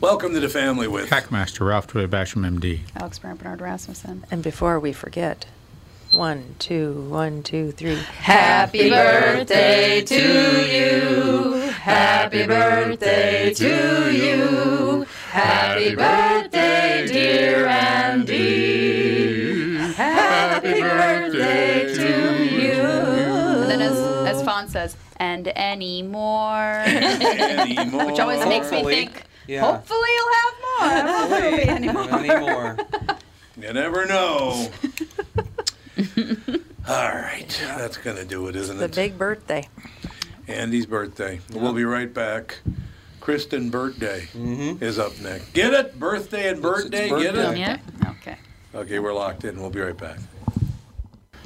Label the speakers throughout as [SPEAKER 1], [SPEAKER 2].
[SPEAKER 1] Welcome to the family with
[SPEAKER 2] Hackmaster Ralph Troy Basham, MD.
[SPEAKER 3] Alex Brandt Bernard Rasmussen.
[SPEAKER 4] And before we forget, one, two, one, two, three.
[SPEAKER 5] Happy birthday to you. Happy birthday to you. Happy birthday, dear Andy. Happy birthday to you.
[SPEAKER 3] And then, as, as Fawn says, and any more.
[SPEAKER 1] anymore.
[SPEAKER 3] Which always makes me
[SPEAKER 6] Hopefully.
[SPEAKER 3] think,
[SPEAKER 6] Yeah.
[SPEAKER 3] hopefully you'll have more. I don't know if there'll be any more.
[SPEAKER 6] Anymore.
[SPEAKER 1] You never know. All right, that's gonna do it, isn't
[SPEAKER 4] The
[SPEAKER 1] it?
[SPEAKER 4] big birthday.
[SPEAKER 1] Andy's birthday. We'll be right back. Kristen birthday is up next. Get it, birthday and
[SPEAKER 6] It's- it's
[SPEAKER 1] birthday. Get
[SPEAKER 6] birthday.
[SPEAKER 1] it.
[SPEAKER 3] Yeah? Okay.
[SPEAKER 1] Okay, we're locked in. We'll be right back.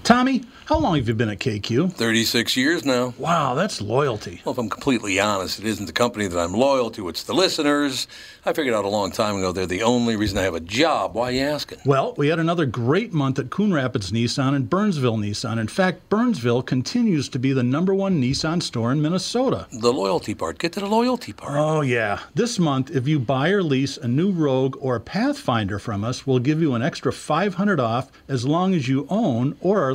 [SPEAKER 7] Tommy, how long have you been at KQ?
[SPEAKER 1] Thirty-six years now.
[SPEAKER 7] Wow, that's loyalty.
[SPEAKER 1] Well, if I'm completely honest, it isn't the company that I'm loyal to, it's the listeners. I figured out a long time ago they're the only reason I have a job. Why are you asking?
[SPEAKER 7] Well, we had another great month at Coon Rapids Nissan and Burnsville Nissan. In fact, Burnsville continues to be the number one Nissan store in Minnesota.
[SPEAKER 1] The loyalty part. Get to the loyalty part.
[SPEAKER 7] Oh, yeah. This month, if you buy or lease a new Rogue or Pathfinder from us, we'll give you an extra 500 off as long as you own or are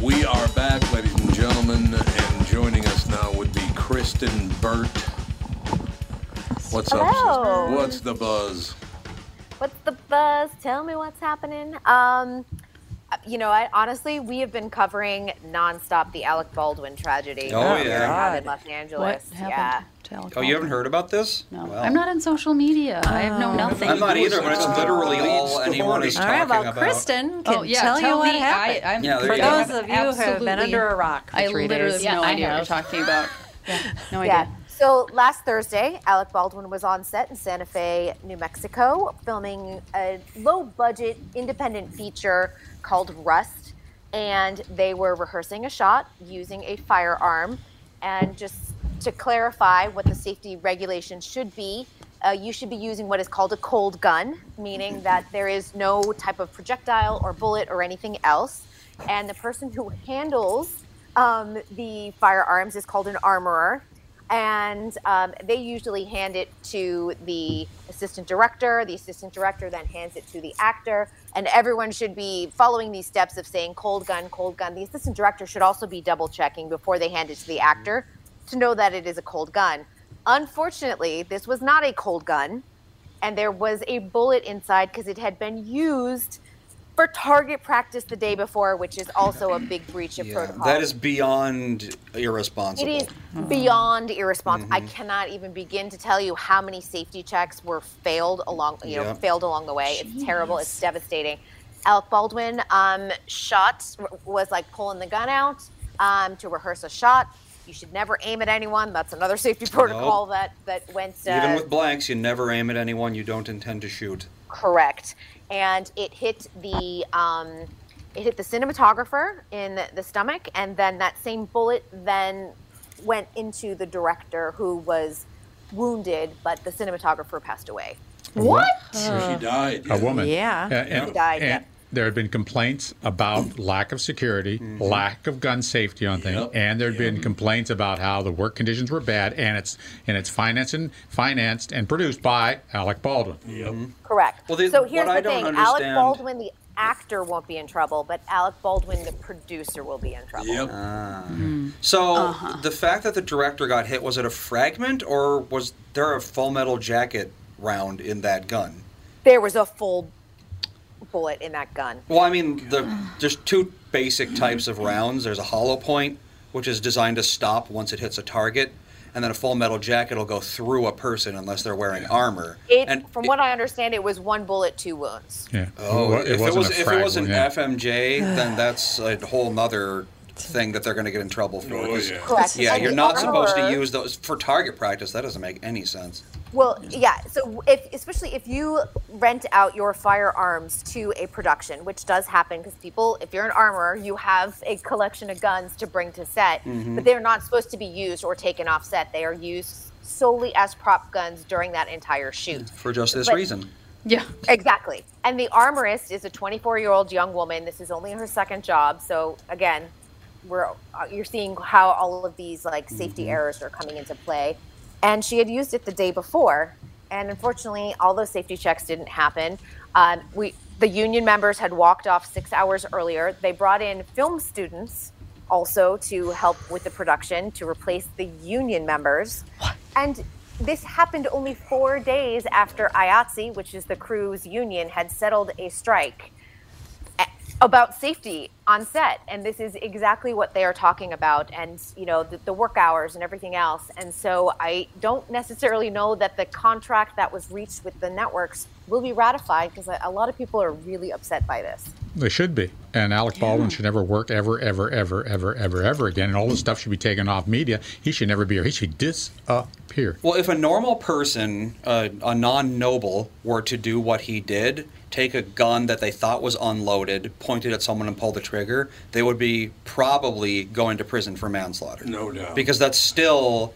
[SPEAKER 1] We are back, ladies and gentlemen, and joining us now would be Kristen Burt. What's up? sister?
[SPEAKER 8] Hello.
[SPEAKER 1] What's the buzz?
[SPEAKER 8] What's the buzz? Tell me what's happening. Um, you know, I, honestly, we have been covering nonstop the Alec Baldwin tragedy.
[SPEAKER 6] Oh,
[SPEAKER 8] here
[SPEAKER 6] yeah.
[SPEAKER 8] in Los
[SPEAKER 3] What
[SPEAKER 8] Angeles. Yeah.
[SPEAKER 3] happened to Alec
[SPEAKER 6] Oh, you haven't
[SPEAKER 3] Baldwin?
[SPEAKER 6] heard about this?
[SPEAKER 3] No.
[SPEAKER 6] Well,
[SPEAKER 3] I'm not on social media. I have known nothing.
[SPEAKER 6] Oh. I'm not either, but it's literally all anyone is
[SPEAKER 4] All
[SPEAKER 6] talking
[SPEAKER 4] right, well,
[SPEAKER 6] about.
[SPEAKER 4] Kristen can
[SPEAKER 3] Oh, yeah.
[SPEAKER 4] tell, you what
[SPEAKER 3] me.
[SPEAKER 4] happened.
[SPEAKER 3] I, I'm,
[SPEAKER 6] Yeah, there
[SPEAKER 4] For
[SPEAKER 6] you go.
[SPEAKER 4] those of you who have been
[SPEAKER 3] absolutely-
[SPEAKER 4] under a rock for
[SPEAKER 3] I
[SPEAKER 4] three
[SPEAKER 3] literally
[SPEAKER 4] days.
[SPEAKER 3] have no
[SPEAKER 5] Yeah, I
[SPEAKER 3] idea
[SPEAKER 5] have.
[SPEAKER 3] what you're talking about. Yeah. No
[SPEAKER 8] Yeah.
[SPEAKER 3] idea.
[SPEAKER 8] So last Thursday, Alec Baldwin was on set in Santa Fe, New Mexico, filming a low budget independent feature called Rust. And they were rehearsing a shot using a firearm. And just to clarify what the safety regulations should be, uh, you should be using what is called a cold gun, meaning that there is no type of projectile or bullet or anything else. And the person who handles um, the firearms is called an armorer, and um, they usually hand it to the assistant director. The assistant director then hands it to the actor, and everyone should be following these steps of saying cold gun, cold gun. The assistant director should also be double checking before they hand it to the actor to know that it is a cold gun. Unfortunately, this was not a cold gun, and there was a bullet inside because it had been used for target practice the day before, which is also a big breach of
[SPEAKER 6] Yeah,
[SPEAKER 8] protocol.
[SPEAKER 6] that is beyond
[SPEAKER 8] It
[SPEAKER 6] irresponsible.
[SPEAKER 8] is beyond irresponsible. I cannot even begin to tell you how many safety checks were failed along, you know,
[SPEAKER 6] Yep.
[SPEAKER 8] failed along the way. It's terrible. It's devastating. Alec Baldwin um, shot was like pulling the gun out um, to rehearse a shot. You should never aim at anyone. That's another safety protocol
[SPEAKER 6] Nope.
[SPEAKER 8] that that went uh,
[SPEAKER 6] Even with blanks, you never aim at anyone you don't intend to shoot.
[SPEAKER 8] correct. And it hit the um, it hit the cinematographer in the, the stomach, and then that same bullet then went into the director who was wounded, but the cinematographer passed away.
[SPEAKER 2] What?
[SPEAKER 1] she died.
[SPEAKER 2] A woman.
[SPEAKER 4] Yeah.
[SPEAKER 2] Uh, and-
[SPEAKER 8] She died, yeah.
[SPEAKER 2] and there had been complaints about lack of security, lack of gun safety on things,
[SPEAKER 1] Mm-hmm. Yep.
[SPEAKER 2] and there'd been complaints about how the work conditions were bad, and it's and it's financed and financed and produced by Alec Baldwin. Mm-hmm.
[SPEAKER 1] Yep.
[SPEAKER 8] Correct.
[SPEAKER 6] Well, the-
[SPEAKER 8] so
[SPEAKER 6] what
[SPEAKER 8] here's
[SPEAKER 6] I
[SPEAKER 8] the
[SPEAKER 6] don't
[SPEAKER 8] thing: Alec
[SPEAKER 6] understand-
[SPEAKER 8] Baldwin, the actor, won't be in trouble, but Alec Baldwin, the producer, will be in trouble.
[SPEAKER 1] Yep.
[SPEAKER 6] Ah.
[SPEAKER 3] Hmm.
[SPEAKER 6] So
[SPEAKER 3] Uh-huh.
[SPEAKER 6] the fact that the director got hit was it a fragment or was there a Full Metal Jacket round in that gun?
[SPEAKER 8] There was a full bullet in that gun.
[SPEAKER 6] Well, I mean, the, there's two basic types of rounds. There's a hollow point, which is designed to stop once it hits a target, and then a full metal jacket will go through a person unless they're wearing armor.
[SPEAKER 8] It,
[SPEAKER 6] and
[SPEAKER 8] from what I understand, it was one bullet, two wounds.
[SPEAKER 2] Yeah.
[SPEAKER 6] oh,
[SPEAKER 2] wa-
[SPEAKER 6] if it was if it
[SPEAKER 2] frag
[SPEAKER 6] was an
[SPEAKER 2] one, yeah.
[SPEAKER 6] FMJ, then that's a whole nother thing that they're going to get in trouble for.
[SPEAKER 1] Oh,
[SPEAKER 6] 'cause-
[SPEAKER 1] yeah.
[SPEAKER 8] Correct.
[SPEAKER 6] Yeah,
[SPEAKER 8] And
[SPEAKER 6] you're
[SPEAKER 8] the
[SPEAKER 6] not supposed to
[SPEAKER 8] armor-
[SPEAKER 6] use those for target practice. That doesn't make any sense.
[SPEAKER 8] Well, yeah. So if especially if you rent out your firearms to a production, which does happen because people, if you're an armorer, you have a collection of guns to bring to set, but they're not supposed to be used or taken off set. They are used solely as prop guns during that entire shoot.
[SPEAKER 6] For just this
[SPEAKER 8] But-
[SPEAKER 6] reason.
[SPEAKER 3] Yeah.
[SPEAKER 8] Exactly. And the armorist is a 24-year-old young woman. This is only her second job, so again, we're uh, you're seeing how all of these like safety errors are coming into play. And she had used it the day before, and unfortunately, all those safety checks didn't happen. Um, we the union members had walked off six hours earlier. They brought in film students also to help with the production to replace the union members. And this happened only four days after IATSE, which is the crew's union, had settled a strike a- about safety on set. And this is exactly what they are talking about and, you know, the, the work hours and everything else. And so I don't necessarily know that the contract that was reached with the networks will be ratified because a, a lot of people are really upset by this.
[SPEAKER 2] They should be. And Alec Baldwin should never work ever, ever, ever, ever, ever, ever again. And all this stuff should be taken off media. He should never be here. He should disappear.
[SPEAKER 6] Well, if a normal person, uh, a non noble, were to do what he did, take a gun that they thought was unloaded, point it at someone, and pull the trigger, they would be probably going to prison for manslaughter.
[SPEAKER 1] No doubt.
[SPEAKER 6] Because that's still.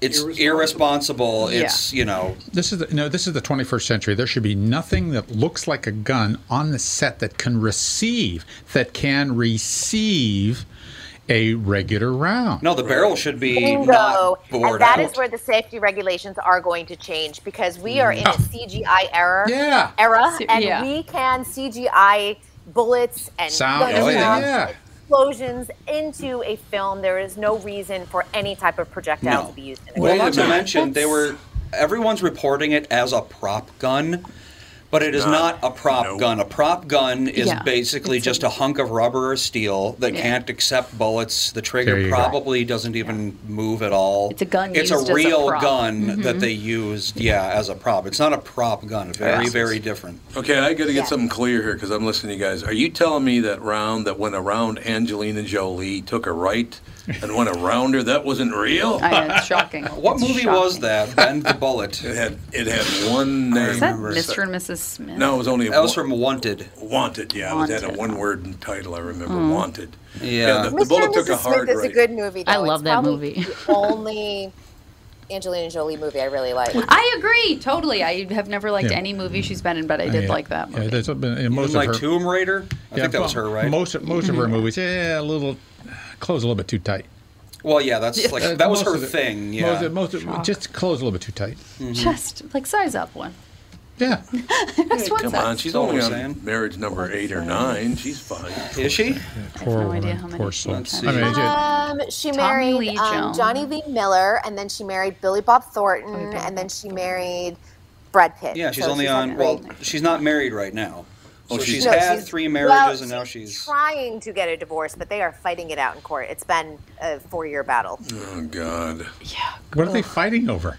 [SPEAKER 6] It's irresponsible. It's, you know.
[SPEAKER 2] This is the, no, this is the 21st century. There should be nothing that looks like a gun on the set that can receive that can receive a regular round.
[SPEAKER 6] No, the barrel should be
[SPEAKER 8] Bingo.
[SPEAKER 6] not
[SPEAKER 8] And
[SPEAKER 6] bored
[SPEAKER 8] that
[SPEAKER 6] out.
[SPEAKER 8] is where the safety regulations are going to change because we are in a CGI era.
[SPEAKER 2] Yeah.
[SPEAKER 8] Era,
[SPEAKER 3] Se-
[SPEAKER 8] and
[SPEAKER 3] yeah.
[SPEAKER 8] we can CGI bullets and
[SPEAKER 2] Sound,
[SPEAKER 8] gunshots,
[SPEAKER 6] oh, yeah.
[SPEAKER 2] Yeah.
[SPEAKER 8] explosions into a film. There is no reason for any type of projectile
[SPEAKER 6] No.
[SPEAKER 8] to be used in a
[SPEAKER 6] Well,
[SPEAKER 1] Wait a
[SPEAKER 6] not to
[SPEAKER 1] minute.
[SPEAKER 6] mention, they were. Everyone's reporting it as a prop gun, but it is not, a prop
[SPEAKER 1] Nope.
[SPEAKER 6] gun. A prop gun is
[SPEAKER 3] Yeah.
[SPEAKER 6] basically just a hunk of rubber or steel that can't accept bullets. The
[SPEAKER 2] There
[SPEAKER 6] trigger
[SPEAKER 2] you go.
[SPEAKER 6] probably doesn't even move at all.
[SPEAKER 3] It's a gun
[SPEAKER 6] It's
[SPEAKER 3] used as
[SPEAKER 6] a
[SPEAKER 3] a
[SPEAKER 6] real
[SPEAKER 3] prop. Mm-hmm.
[SPEAKER 6] gun that they used, yeah, as a prop. It's not a prop gun. Very, very different.
[SPEAKER 1] Okay, I got to get
[SPEAKER 8] Yeah.
[SPEAKER 1] something clear here because I'm listening to you guys. Are you telling me that round that went around Angelina Jolie took her right and went around her? That wasn't real.
[SPEAKER 3] I know, it's shocking.
[SPEAKER 6] What
[SPEAKER 3] It's
[SPEAKER 6] movie was
[SPEAKER 3] shocking.
[SPEAKER 6] that? Bend the Bullet.
[SPEAKER 1] It had it had one name.
[SPEAKER 3] Is that
[SPEAKER 6] remember.
[SPEAKER 3] Mr. and Mrs. Smith?
[SPEAKER 1] No, it was only
[SPEAKER 6] That was from Wanted.
[SPEAKER 1] Wanted. Yeah, it had a
[SPEAKER 3] Wanted. Hmm.
[SPEAKER 1] one-word title. I remember Wanted.
[SPEAKER 6] Yeah.
[SPEAKER 1] the, the
[SPEAKER 8] Mr.
[SPEAKER 1] bullet
[SPEAKER 8] and
[SPEAKER 1] took
[SPEAKER 8] Mrs.
[SPEAKER 1] a hard
[SPEAKER 8] Smith is
[SPEAKER 1] right.
[SPEAKER 8] a good movie. Though.
[SPEAKER 5] I love
[SPEAKER 8] It's
[SPEAKER 5] that
[SPEAKER 8] probably
[SPEAKER 5] movie.
[SPEAKER 8] the only Angelina Jolie movie I really like.
[SPEAKER 3] I agree totally. I have never liked
[SPEAKER 2] Yeah.
[SPEAKER 3] any movie she's been in, but I did like that movie.
[SPEAKER 2] Yeah, that's been- and
[SPEAKER 6] It
[SPEAKER 2] most
[SPEAKER 6] was
[SPEAKER 2] of
[SPEAKER 6] like
[SPEAKER 2] her-
[SPEAKER 6] Tomb Raider. I
[SPEAKER 2] yeah,
[SPEAKER 6] think that was her, right?
[SPEAKER 2] Most of- most of
[SPEAKER 3] Mm-hmm.
[SPEAKER 2] her movies, yeah, a little close, a little bit too tight.
[SPEAKER 6] Well, yeah, that's like
[SPEAKER 2] Uh,
[SPEAKER 6] that was
[SPEAKER 2] most
[SPEAKER 6] her
[SPEAKER 2] of the-
[SPEAKER 6] thing. Yeah. Mm-hmm.
[SPEAKER 2] Most of- most of- just close a little bit too tight.
[SPEAKER 3] Just like size up one.
[SPEAKER 2] Yeah.
[SPEAKER 3] Just one
[SPEAKER 1] Come
[SPEAKER 3] size.
[SPEAKER 1] on, she's
[SPEAKER 6] That's all
[SPEAKER 1] only
[SPEAKER 6] we're
[SPEAKER 1] on
[SPEAKER 6] saying.
[SPEAKER 1] marriage number eight or nine. She's fine.
[SPEAKER 6] Is she?
[SPEAKER 2] Poor
[SPEAKER 3] no
[SPEAKER 2] woman.
[SPEAKER 3] idea how many
[SPEAKER 2] Poor
[SPEAKER 3] people
[SPEAKER 2] soul.
[SPEAKER 6] Let's
[SPEAKER 2] I
[SPEAKER 6] see.
[SPEAKER 2] mean, it-
[SPEAKER 8] Um, she
[SPEAKER 3] Tommy
[SPEAKER 8] married
[SPEAKER 3] Lee
[SPEAKER 8] um,
[SPEAKER 3] Jones.
[SPEAKER 8] Johnny Lee Miller, and then she married Billy Bob Thornton, and then she married Brad Pitt.
[SPEAKER 6] Yeah, she's
[SPEAKER 8] So
[SPEAKER 6] only on.
[SPEAKER 8] on
[SPEAKER 6] Well,
[SPEAKER 8] Brady.
[SPEAKER 6] she's not married right now. So
[SPEAKER 1] Oh, she's
[SPEAKER 6] she's
[SPEAKER 1] not.
[SPEAKER 6] had
[SPEAKER 8] she's-
[SPEAKER 6] three
[SPEAKER 8] well,
[SPEAKER 6] marriages, and now she's.
[SPEAKER 8] trying to get a divorce, but they are fighting it out in court. It's been a four-year battle.
[SPEAKER 1] Oh God.
[SPEAKER 2] what are they fighting over?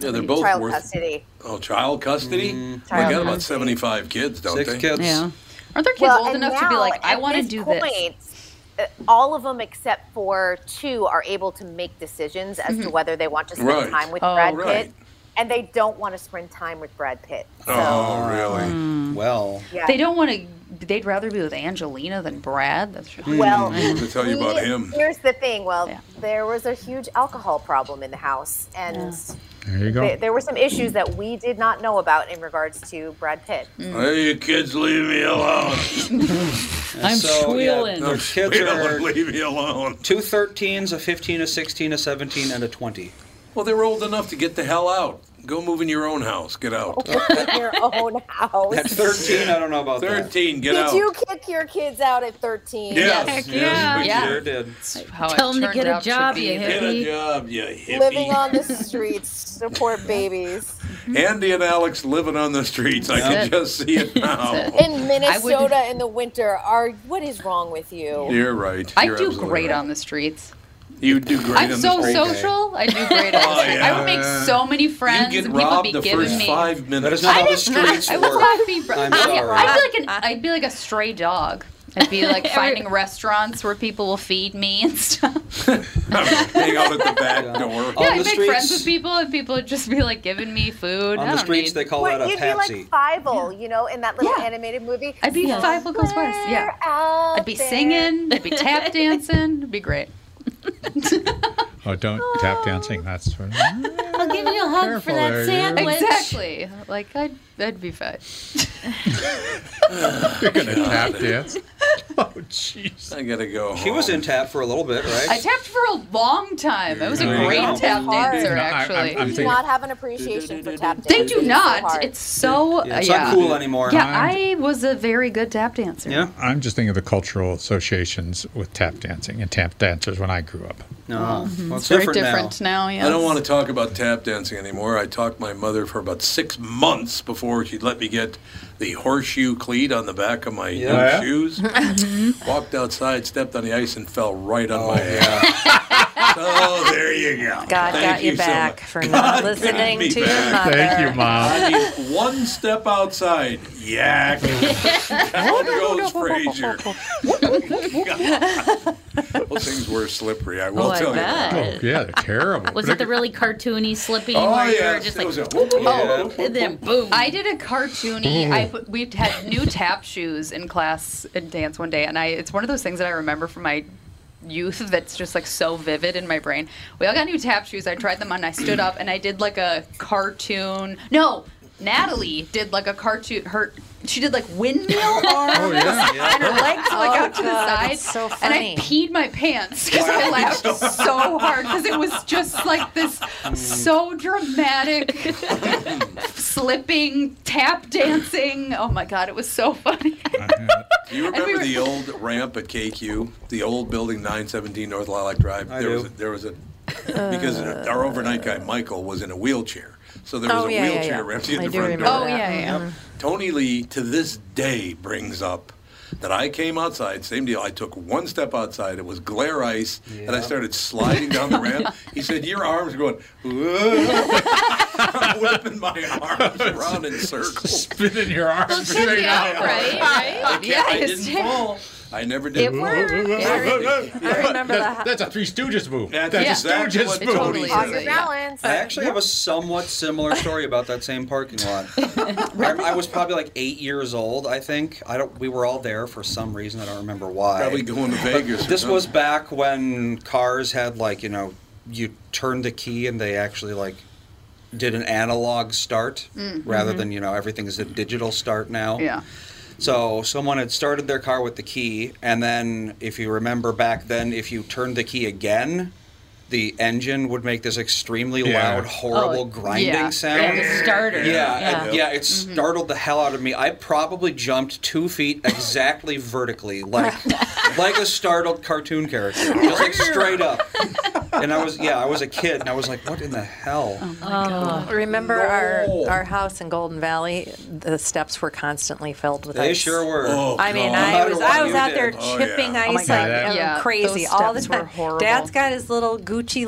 [SPEAKER 1] Yeah, they're both
[SPEAKER 8] Child
[SPEAKER 1] worth.
[SPEAKER 8] custody.
[SPEAKER 1] Oh, child custody. They
[SPEAKER 8] Child
[SPEAKER 1] got about
[SPEAKER 8] custody.
[SPEAKER 1] seventy-five kids, don't
[SPEAKER 6] Mm. Six
[SPEAKER 1] they?
[SPEAKER 6] kids.
[SPEAKER 5] Yeah.
[SPEAKER 3] Aren't there kids old
[SPEAKER 8] and
[SPEAKER 3] enough to be
[SPEAKER 8] now,
[SPEAKER 3] like, I
[SPEAKER 8] at
[SPEAKER 3] want to
[SPEAKER 8] this
[SPEAKER 3] do
[SPEAKER 8] point,
[SPEAKER 3] this?
[SPEAKER 8] uh, all of them except for two are able to make decisions as
[SPEAKER 3] Mm-hmm.
[SPEAKER 8] to whether they want to spend
[SPEAKER 1] Right.
[SPEAKER 8] time with
[SPEAKER 1] Oh.
[SPEAKER 8] Brad Pitt,
[SPEAKER 1] Right.
[SPEAKER 8] and they don't want to spend time with Brad Pitt. So,
[SPEAKER 1] Oh, really?
[SPEAKER 6] Well,
[SPEAKER 8] yeah.
[SPEAKER 3] They don't want to. They'd rather be with Angelina than Brad. That's true.
[SPEAKER 8] Well,
[SPEAKER 1] What did Hmm. I tell you about him?
[SPEAKER 8] Here's the thing. Well,
[SPEAKER 3] Yeah.
[SPEAKER 8] there was a huge alcohol problem in the house, and
[SPEAKER 2] There you go.
[SPEAKER 8] th- there were some issues that we did not know about in regards to Brad Pitt.
[SPEAKER 3] Mm.
[SPEAKER 1] Hey, you kids, leave me alone.
[SPEAKER 9] I'm
[SPEAKER 6] so, yeah,
[SPEAKER 9] squealing.
[SPEAKER 6] their kids are
[SPEAKER 1] leave me alone.
[SPEAKER 6] two 13s, a 15, a 16, a 17, and a 20.
[SPEAKER 1] Well, they're old enough to get the hell out. Go move in your own house. Get out.
[SPEAKER 8] in your own
[SPEAKER 6] At
[SPEAKER 8] house.
[SPEAKER 6] 13, I don't know about that.
[SPEAKER 1] 13, get
[SPEAKER 8] Did
[SPEAKER 1] out.
[SPEAKER 8] you kick your kids out at 13?
[SPEAKER 1] Yes.
[SPEAKER 9] Heck
[SPEAKER 1] yes,
[SPEAKER 9] yeah.
[SPEAKER 1] we
[SPEAKER 3] Yeah.
[SPEAKER 6] Sure
[SPEAKER 1] did.
[SPEAKER 6] did.
[SPEAKER 3] How it
[SPEAKER 9] Tell 'em to
[SPEAKER 3] turned
[SPEAKER 9] get a
[SPEAKER 3] out
[SPEAKER 9] job,
[SPEAKER 3] be.
[SPEAKER 9] you
[SPEAKER 1] Get a
[SPEAKER 9] hippie.
[SPEAKER 1] job, you hippie.
[SPEAKER 8] Living on the streets, support babies.
[SPEAKER 1] Andy and Alex living on the streets. I can
[SPEAKER 3] That's it.
[SPEAKER 1] just see it now.
[SPEAKER 3] That's
[SPEAKER 8] In Minnesota in the winter, are what is wrong with you?
[SPEAKER 1] You're right.
[SPEAKER 3] I
[SPEAKER 1] You're
[SPEAKER 3] do
[SPEAKER 1] absolutely
[SPEAKER 3] great
[SPEAKER 1] right.
[SPEAKER 3] on the streets.
[SPEAKER 1] You do great
[SPEAKER 3] I'm
[SPEAKER 1] on
[SPEAKER 3] so
[SPEAKER 1] the streets.
[SPEAKER 3] social. I do great on
[SPEAKER 1] Oh,
[SPEAKER 3] the streets. I would
[SPEAKER 1] yeah.
[SPEAKER 3] make so many
[SPEAKER 1] You
[SPEAKER 3] friends.
[SPEAKER 1] get
[SPEAKER 3] and people would
[SPEAKER 1] robbed
[SPEAKER 3] be
[SPEAKER 1] the
[SPEAKER 3] giving
[SPEAKER 1] first
[SPEAKER 3] me.
[SPEAKER 1] five minutes.
[SPEAKER 6] That is not how the streets
[SPEAKER 3] I would
[SPEAKER 6] work.
[SPEAKER 3] not be.
[SPEAKER 6] I'm
[SPEAKER 3] I-
[SPEAKER 6] sorry.
[SPEAKER 3] I'd be like an, I'd be like a stray dog. I'd be like finding restaurants where people will feed me and stuff.
[SPEAKER 1] Hang out at the back door.
[SPEAKER 6] On
[SPEAKER 3] Yeah,
[SPEAKER 6] the
[SPEAKER 3] I'd make friends
[SPEAKER 6] streets-
[SPEAKER 3] with people, and people would just be like giving me food.
[SPEAKER 6] On
[SPEAKER 3] I
[SPEAKER 6] the
[SPEAKER 3] don't need,
[SPEAKER 6] streets, they call
[SPEAKER 8] What,
[SPEAKER 6] that a
[SPEAKER 8] you'd
[SPEAKER 6] patsy.
[SPEAKER 8] be like Fievel, you know, in that little
[SPEAKER 3] Yeah.
[SPEAKER 8] animated movie.
[SPEAKER 3] I'd be
[SPEAKER 8] Yeah.
[SPEAKER 3] five Five Goes West. Yeah,
[SPEAKER 8] We're out
[SPEAKER 3] I'd be
[SPEAKER 8] there.
[SPEAKER 3] singing. I'd be tap dancing. It'd be great.
[SPEAKER 2] oh, don't tap dancing. That's what.
[SPEAKER 9] I'll give you a hug for
[SPEAKER 2] Careful
[SPEAKER 9] that
[SPEAKER 2] there, you-
[SPEAKER 9] sandwich.
[SPEAKER 3] Exactly. Like I'd, I'd be fine.
[SPEAKER 2] You're gonna tap dance. Oh, jeez.
[SPEAKER 1] I gotta go.
[SPEAKER 6] He was
[SPEAKER 1] home.
[SPEAKER 6] in tap for a little bit, right?
[SPEAKER 3] I tapped for a long time. I was a
[SPEAKER 1] There you
[SPEAKER 3] great
[SPEAKER 1] go.
[SPEAKER 3] tap dancer,
[SPEAKER 2] No, I- I'm- I'm
[SPEAKER 3] actually.
[SPEAKER 8] Do
[SPEAKER 2] thinking-
[SPEAKER 8] not have an appreciation for tap dancing.
[SPEAKER 3] they do
[SPEAKER 8] It's so
[SPEAKER 3] not.
[SPEAKER 8] hard.
[SPEAKER 3] It's so
[SPEAKER 6] Yeah,
[SPEAKER 3] yeah.
[SPEAKER 6] it's not cool anymore.
[SPEAKER 3] Yeah, I was a very good tap dancer.
[SPEAKER 6] Yeah.
[SPEAKER 2] I'm just thinking of the cultural associations with tap dancing and tap dancers when I grew up.
[SPEAKER 6] No. Well, it's
[SPEAKER 3] Very
[SPEAKER 6] different,
[SPEAKER 3] different
[SPEAKER 6] now.
[SPEAKER 3] now. yeah.
[SPEAKER 1] I don't want to talk about tap dancing anymore. I talked my mother for about six months before she'd let me get the horseshoe cleat on the back of my new
[SPEAKER 6] Yeah. Mm-hmm.
[SPEAKER 1] shoes. Walked outside, stepped on the ice, and fell right on my head. oh, there you go.
[SPEAKER 4] God
[SPEAKER 1] Thank
[SPEAKER 4] got you,
[SPEAKER 1] so
[SPEAKER 4] back
[SPEAKER 1] much.
[SPEAKER 4] for not
[SPEAKER 1] got
[SPEAKER 4] listening
[SPEAKER 1] me
[SPEAKER 4] to your
[SPEAKER 1] back.
[SPEAKER 4] mother.
[SPEAKER 2] Thank you, Mom.
[SPEAKER 1] I mean, one step outside, yak. Down goes Frazier. Those things were slippery. I will
[SPEAKER 9] Oh, I
[SPEAKER 1] tell you.
[SPEAKER 9] bet.
[SPEAKER 2] Oh, yeah, they're terrible.
[SPEAKER 9] Was it the really cartoony slippy
[SPEAKER 1] Oh
[SPEAKER 9] where you
[SPEAKER 1] yeah,
[SPEAKER 9] were just
[SPEAKER 1] it
[SPEAKER 9] like,
[SPEAKER 1] was a-
[SPEAKER 5] oh,
[SPEAKER 9] and then boom?
[SPEAKER 3] I did a cartoony. I put, we had new tap shoes in class and dance one day, and I it's one of those things that I remember from my youth that's just like so vivid in my brain. We all got new tap shoes. I tried them on. I stood up and I did like a cartoon. No, Natalie did like a cartoon. Her she did like windmill arms
[SPEAKER 2] Oh, yeah.
[SPEAKER 3] and her legs were, like out to the
[SPEAKER 4] Oh, God,
[SPEAKER 3] side.
[SPEAKER 4] that's so funny.
[SPEAKER 3] And I peed my pants because I laughed so hard because it was just like this so dramatic slipping, tap dancing. Oh my god, it was so funny.
[SPEAKER 1] Do you remember
[SPEAKER 3] we were-
[SPEAKER 1] the old ramp at KQ, the old building 917 North Lilac Drive?
[SPEAKER 6] I
[SPEAKER 1] there
[SPEAKER 6] do.
[SPEAKER 1] was a, there was a because our overnight guy Michael was in a wheelchair, so there was
[SPEAKER 4] Oh,
[SPEAKER 1] a
[SPEAKER 4] yeah, yeah,
[SPEAKER 1] wheelchair
[SPEAKER 4] yeah.
[SPEAKER 1] ramp at
[SPEAKER 4] I
[SPEAKER 1] the
[SPEAKER 4] do
[SPEAKER 1] front
[SPEAKER 4] remember Mm-hmm.
[SPEAKER 1] door.
[SPEAKER 3] Oh yeah, yeah.
[SPEAKER 1] Tony Lee to this day brings up that I came outside, same deal. I took one step outside. It was glare ice, and I started sliding down the ramp. He said, "Your arms are going." "Whoa." I'm whipping my arms around in circles.
[SPEAKER 2] Spit in your arms
[SPEAKER 3] Check
[SPEAKER 2] straight
[SPEAKER 3] it out,
[SPEAKER 2] out.
[SPEAKER 3] right? Right? Yeah,
[SPEAKER 1] I
[SPEAKER 3] it's-
[SPEAKER 1] didn't fall. I never did.
[SPEAKER 3] It worked.
[SPEAKER 4] I remember
[SPEAKER 2] That's,
[SPEAKER 4] that.
[SPEAKER 2] that's a Three Stooges move.
[SPEAKER 1] That's
[SPEAKER 2] That's,
[SPEAKER 1] exactly
[SPEAKER 2] a Stooges
[SPEAKER 1] what
[SPEAKER 2] move.
[SPEAKER 1] Tony
[SPEAKER 3] It totally
[SPEAKER 1] said.
[SPEAKER 8] on your
[SPEAKER 3] Yeah.
[SPEAKER 8] balance.
[SPEAKER 6] I actually have a somewhat similar story about that same parking lot. I, I was probably like eight years old, I think. I don't. We were all there for some reason. I don't remember why.
[SPEAKER 1] Probably going to Vegas. or
[SPEAKER 6] This was
[SPEAKER 1] something.
[SPEAKER 6] back when cars had like you know you turned the key and they actually like did an analog start rather than you know everything is a digital start now.
[SPEAKER 3] Mm. Mm-hmm. Yeah.
[SPEAKER 6] So someone had started their car with the key, and then if you remember back then, if you turned the key again, the engine would make this extremely
[SPEAKER 2] Yeah.
[SPEAKER 6] loud, horrible
[SPEAKER 9] Oh,
[SPEAKER 6] grinding
[SPEAKER 3] yeah.
[SPEAKER 6] sound.
[SPEAKER 9] the starter.
[SPEAKER 6] Yeah,
[SPEAKER 9] yeah.
[SPEAKER 6] and- yeah, it
[SPEAKER 4] Mm-hmm.
[SPEAKER 6] startled the hell out of me. I probably jumped two feet exactly vertically, like like a startled cartoon character, just like straight up. and I was yeah, I was a kid, and I was like, what in the hell?
[SPEAKER 4] Oh, Remember our, our house in Golden Valley? The steps were constantly filled with
[SPEAKER 6] They
[SPEAKER 4] ice.
[SPEAKER 6] sure were. Oh,
[SPEAKER 4] I mean,
[SPEAKER 6] God. No
[SPEAKER 4] I
[SPEAKER 6] matter
[SPEAKER 4] was
[SPEAKER 6] what
[SPEAKER 4] I was
[SPEAKER 6] you
[SPEAKER 4] out
[SPEAKER 6] did.
[SPEAKER 4] there
[SPEAKER 6] Oh, yeah.
[SPEAKER 4] chipping
[SPEAKER 6] Oh, my
[SPEAKER 4] ice
[SPEAKER 6] God.
[SPEAKER 4] like um,
[SPEAKER 3] Yeah,
[SPEAKER 4] crazy
[SPEAKER 3] those
[SPEAKER 4] all the
[SPEAKER 3] steps were
[SPEAKER 4] time.
[SPEAKER 3] horrible.
[SPEAKER 4] Dad's got his little Gucci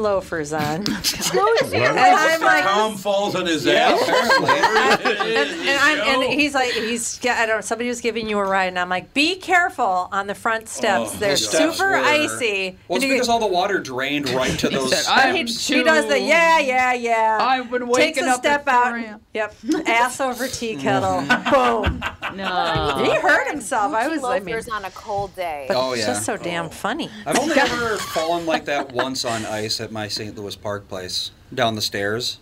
[SPEAKER 4] loafers on.
[SPEAKER 1] And
[SPEAKER 4] I'm like-
[SPEAKER 1] Tom falls on his
[SPEAKER 6] Yeah,
[SPEAKER 1] ass.
[SPEAKER 4] and, and, I'm, and he's like, he's, I don't know, somebody was giving you a ride, and I'm like, be careful on the front steps.
[SPEAKER 6] Oh,
[SPEAKER 4] They're
[SPEAKER 6] the steps
[SPEAKER 4] super
[SPEAKER 6] were-
[SPEAKER 4] icy.
[SPEAKER 6] Well,
[SPEAKER 4] And
[SPEAKER 6] it's
[SPEAKER 4] he-
[SPEAKER 6] because all the water drained right to those.
[SPEAKER 3] said,
[SPEAKER 6] steps.
[SPEAKER 3] "I'm
[SPEAKER 4] He does the yeah, yeah, yeah.
[SPEAKER 3] I've been
[SPEAKER 4] Takes
[SPEAKER 3] waking
[SPEAKER 4] a
[SPEAKER 3] up at
[SPEAKER 4] step out.
[SPEAKER 3] 4 a.m.
[SPEAKER 4] Yep. Ass over tea kettle. Boom.
[SPEAKER 9] No.
[SPEAKER 4] He hurt himself. I
[SPEAKER 8] Gucci
[SPEAKER 4] was I mean,
[SPEAKER 8] loafers on a cold day.
[SPEAKER 4] but
[SPEAKER 6] Oh,
[SPEAKER 4] it's
[SPEAKER 6] yeah.
[SPEAKER 4] just so damn funny.
[SPEAKER 6] I've only ever fallen like that once on ice at my St. Louis Park place down the stairs.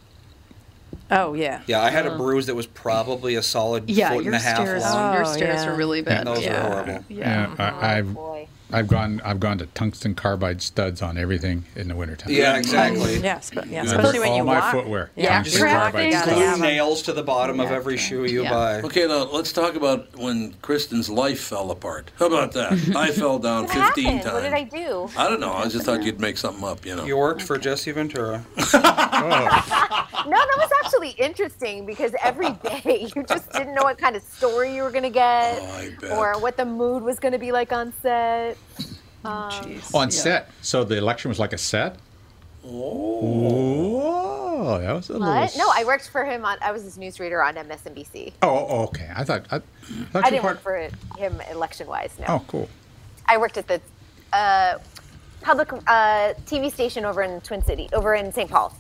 [SPEAKER 4] Oh yeah.
[SPEAKER 6] Yeah, I had a bruise that was probably a solid
[SPEAKER 3] Yeah,
[SPEAKER 6] foot and
[SPEAKER 3] your
[SPEAKER 6] a half
[SPEAKER 3] stairs,
[SPEAKER 6] long.
[SPEAKER 4] Oh,
[SPEAKER 3] your stairs
[SPEAKER 4] yeah.
[SPEAKER 3] are really bad.
[SPEAKER 6] And those
[SPEAKER 3] yeah. Mm-hmm.
[SPEAKER 6] were horrible.
[SPEAKER 3] Yeah.
[SPEAKER 2] Yeah, I, I've
[SPEAKER 8] Oh, Boy.
[SPEAKER 2] I've gone I've gone to tungsten carbide studs on everything in the wintertime.
[SPEAKER 6] Yeah, exactly.
[SPEAKER 8] Mm-hmm.
[SPEAKER 4] Yeah, spe- Mm, yeah,
[SPEAKER 2] Remember
[SPEAKER 4] especially when
[SPEAKER 2] all
[SPEAKER 4] you
[SPEAKER 2] my
[SPEAKER 4] walk.
[SPEAKER 2] footwear.
[SPEAKER 4] Yeah,
[SPEAKER 2] Tungsten
[SPEAKER 3] Traffic.
[SPEAKER 2] carbide
[SPEAKER 3] Gotta
[SPEAKER 2] studs.
[SPEAKER 6] Glue
[SPEAKER 4] have 'em.
[SPEAKER 6] nails to the bottom of every shoe you
[SPEAKER 3] Yeah.
[SPEAKER 6] buy.
[SPEAKER 1] Okay, now let's talk about when Kristen's life fell apart. How about that? I fell down
[SPEAKER 8] What
[SPEAKER 1] 15
[SPEAKER 8] happened?
[SPEAKER 1] times.
[SPEAKER 8] What did I do?
[SPEAKER 1] I don't know. I just thought you'd make something up, you know.
[SPEAKER 6] You worked for Jesse Ventura.
[SPEAKER 8] No, that was actually interesting because every day you just didn't know what kind of story you were going to get
[SPEAKER 1] Oh, I bet.
[SPEAKER 8] or what the mood was going to be like on set.
[SPEAKER 3] Oh,
[SPEAKER 8] Um,
[SPEAKER 2] on set. So the election was like a set. Oh, that was a
[SPEAKER 8] What?
[SPEAKER 2] little.
[SPEAKER 8] No, I worked for him on, I was his newsreader on MSNBC.
[SPEAKER 2] Oh, oh, okay. I thought I, thought
[SPEAKER 8] I
[SPEAKER 2] you
[SPEAKER 8] didn't
[SPEAKER 2] part-
[SPEAKER 8] work for him election wise, no.
[SPEAKER 2] Oh, cool.
[SPEAKER 8] I worked at the uh, public uh, TV station over in Twin City, over in St. Paul.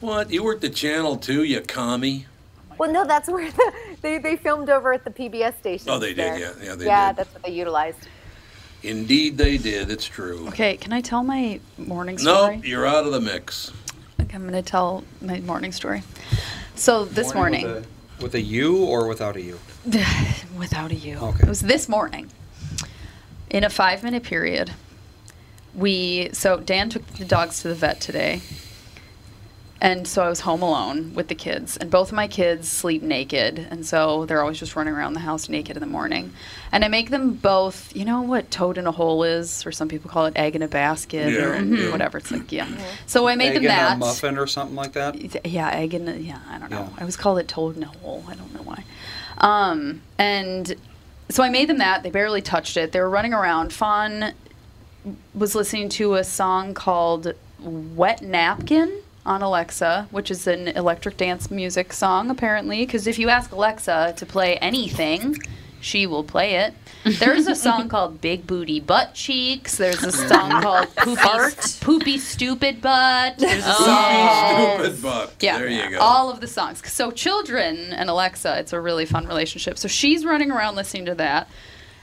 [SPEAKER 1] What? You worked at Channel 2, you commie?
[SPEAKER 8] Well, no, that's where the, they, they filmed over at the PBS station.
[SPEAKER 1] Oh, they did, yeah, yeah, they
[SPEAKER 8] yeah,
[SPEAKER 1] did.
[SPEAKER 8] that's what they utilized.
[SPEAKER 1] Indeed, they did. It's true.
[SPEAKER 3] Okay, can I tell my morning story?
[SPEAKER 1] Nope, you're out of the mix.
[SPEAKER 3] Okay, I'm going to tell my morning story. So this morning,
[SPEAKER 6] With a, with a U or without a U?
[SPEAKER 3] without a you,
[SPEAKER 6] Okay.
[SPEAKER 3] it was this morning. In a five minute period, we so Dan took the dogs to the vet today, and so I was home alone with the kids, and both of my kids sleep naked, and so they're always just running around the house naked in the morning, and I make them both. You know what toad in a hole is, or some people call it egg in a basket, or
[SPEAKER 1] Yeah, yeah.
[SPEAKER 3] whatever. It's like yeah. So I made
[SPEAKER 6] Egg
[SPEAKER 3] them
[SPEAKER 6] in
[SPEAKER 3] that.
[SPEAKER 6] a muffin or something like that?
[SPEAKER 3] Th- yeah, egg and yeah, I don't know.
[SPEAKER 6] Yeah.
[SPEAKER 3] I always called it toad in a hole. I don't know why. Um, and so I made them that. They barely touched it. They were running around. Fawn was listening to a song called "Wet Napkin" on Alexa, which is an electric dance music song apparently. Because if you ask Alexa to play anything. She will play it. There's a song called Big Booty Butt Cheeks. There's a song called Poopy, Poopy Stupid Butt. There's
[SPEAKER 5] Oh.
[SPEAKER 3] a song
[SPEAKER 1] Stupid buck.
[SPEAKER 3] yeah.
[SPEAKER 1] There you go.
[SPEAKER 3] All of the songs. So children and Alexa, it's a really fun relationship. So she's running around listening to that.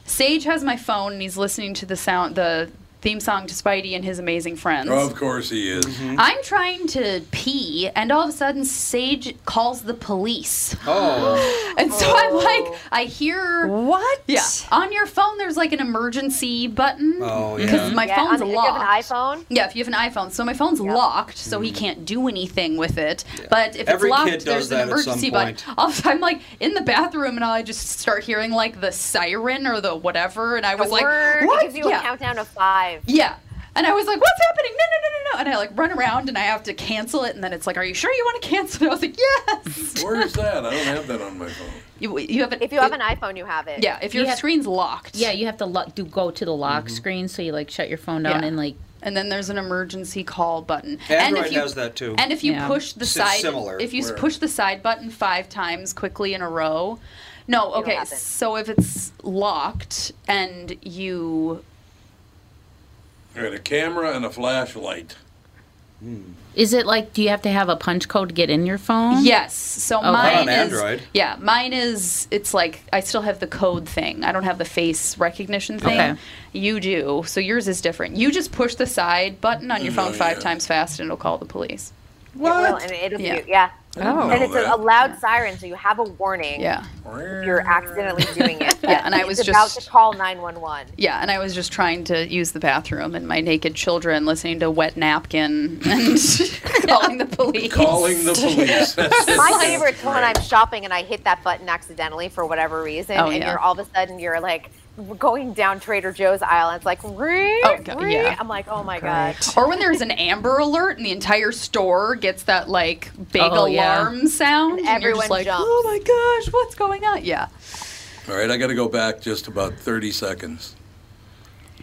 [SPEAKER 3] Sage has my phone and he's listening to the sound the theme song to Spidey and Mm-hmm. his amazing friends.
[SPEAKER 1] Oh, of course he is.
[SPEAKER 8] Mm-hmm.
[SPEAKER 3] I'm trying to pee and all of a sudden Sage calls the police.
[SPEAKER 6] Oh,
[SPEAKER 3] And so I'm like I hear
[SPEAKER 4] What?
[SPEAKER 3] Yeah. On your phone there's like an emergency button.
[SPEAKER 6] Oh, yeah.
[SPEAKER 3] Because my
[SPEAKER 8] Mm-hmm. yeah,
[SPEAKER 3] phone's
[SPEAKER 8] on, if
[SPEAKER 3] locked.
[SPEAKER 8] You have an iPhone?
[SPEAKER 3] Yeah, if you have an iPhone. So my phone's locked, so he can't do anything with it. But if
[SPEAKER 6] Mm-hmm. Every
[SPEAKER 3] it's locked,
[SPEAKER 6] kid does
[SPEAKER 3] there's
[SPEAKER 6] that
[SPEAKER 3] an
[SPEAKER 6] at some
[SPEAKER 3] emergency
[SPEAKER 6] point.
[SPEAKER 3] button. All- I'm like in the bathroom, and I just start hearing like the siren or the whatever, and I was like,
[SPEAKER 8] Word,
[SPEAKER 3] "What?"
[SPEAKER 8] It gives you
[SPEAKER 3] yeah.
[SPEAKER 8] a countdown of five.
[SPEAKER 3] yeah. And I was like, "What's happening? No, no, no, no, no!" And I like run around, and I have to cancel it. And then it's like, "Are you sure you want to cancel?" it? I was like, "Yes."
[SPEAKER 1] Where is that? I don't have that on my phone.
[SPEAKER 3] you, you have an,
[SPEAKER 8] If you have an iPhone, you have it.
[SPEAKER 3] yeah, if your
[SPEAKER 9] You have-
[SPEAKER 3] screen's locked,
[SPEAKER 9] Yeah, you have to lo- do go to the lock
[SPEAKER 6] Mm-hmm.
[SPEAKER 9] screen, so you like shut your phone down
[SPEAKER 3] Yeah.
[SPEAKER 9] and like
[SPEAKER 3] and then there's an emergency call button. and
[SPEAKER 6] Android
[SPEAKER 3] if you,
[SPEAKER 6] has that too.
[SPEAKER 3] And if you
[SPEAKER 9] Yeah.
[SPEAKER 3] push the
[SPEAKER 6] It's
[SPEAKER 3] side,
[SPEAKER 6] similar,
[SPEAKER 3] if you s
[SPEAKER 6] where-
[SPEAKER 3] push the side button five times quickly in a row, no,
[SPEAKER 8] It'll
[SPEAKER 3] okay.
[SPEAKER 8] happen.
[SPEAKER 3] So if it's locked and you,
[SPEAKER 1] I got a camera and a flashlight.
[SPEAKER 3] Hmm.
[SPEAKER 9] Is it like do you have to have a punch code to get in your phone?
[SPEAKER 3] yes, so
[SPEAKER 9] Okay.
[SPEAKER 3] mine
[SPEAKER 6] On
[SPEAKER 3] is
[SPEAKER 6] Android.
[SPEAKER 3] yeah, mine is it's like I still have the code thing. I don't have the face recognition thing.
[SPEAKER 9] Okay.
[SPEAKER 3] You do, so yours is different. You just push the side button on your phone
[SPEAKER 1] Mm, yeah.
[SPEAKER 3] five times fast, and it'll call the police.
[SPEAKER 8] It will, and it'll
[SPEAKER 3] Yeah.
[SPEAKER 8] do, yeah.
[SPEAKER 4] Oh.
[SPEAKER 8] And it's a, a loud siren, so you have a warning.
[SPEAKER 3] Yeah.
[SPEAKER 8] If you're accidentally doing it.
[SPEAKER 3] Yeah, and I
[SPEAKER 8] It's
[SPEAKER 3] was
[SPEAKER 8] about
[SPEAKER 3] just-
[SPEAKER 8] to call 911.
[SPEAKER 3] Yeah, and I was just trying to use the bathroom and my naked children listening to wet napkin and
[SPEAKER 8] Oh
[SPEAKER 3] calling the police.
[SPEAKER 1] Calling the police.
[SPEAKER 8] My favorite is when I'm shopping and I hit that button accidentally for whatever reason,
[SPEAKER 3] Oh,
[SPEAKER 8] and
[SPEAKER 3] yeah.
[SPEAKER 8] you're all of a sudden you're like going down Trader Joe's aisle, and it's like, "Ree,
[SPEAKER 3] Oh, go-
[SPEAKER 8] ree."
[SPEAKER 3] yeah.
[SPEAKER 8] I'm like, oh my god.
[SPEAKER 3] Or when there's an Amber Alert and the entire store gets that like big
[SPEAKER 8] Oh, yeah.
[SPEAKER 3] alarm sound,
[SPEAKER 8] And
[SPEAKER 3] and you're
[SPEAKER 8] everyone
[SPEAKER 3] just like,
[SPEAKER 8] jumps.
[SPEAKER 3] "Oh my gosh, what's going on?" Yeah.
[SPEAKER 1] All right, I got to go back just about 30 seconds.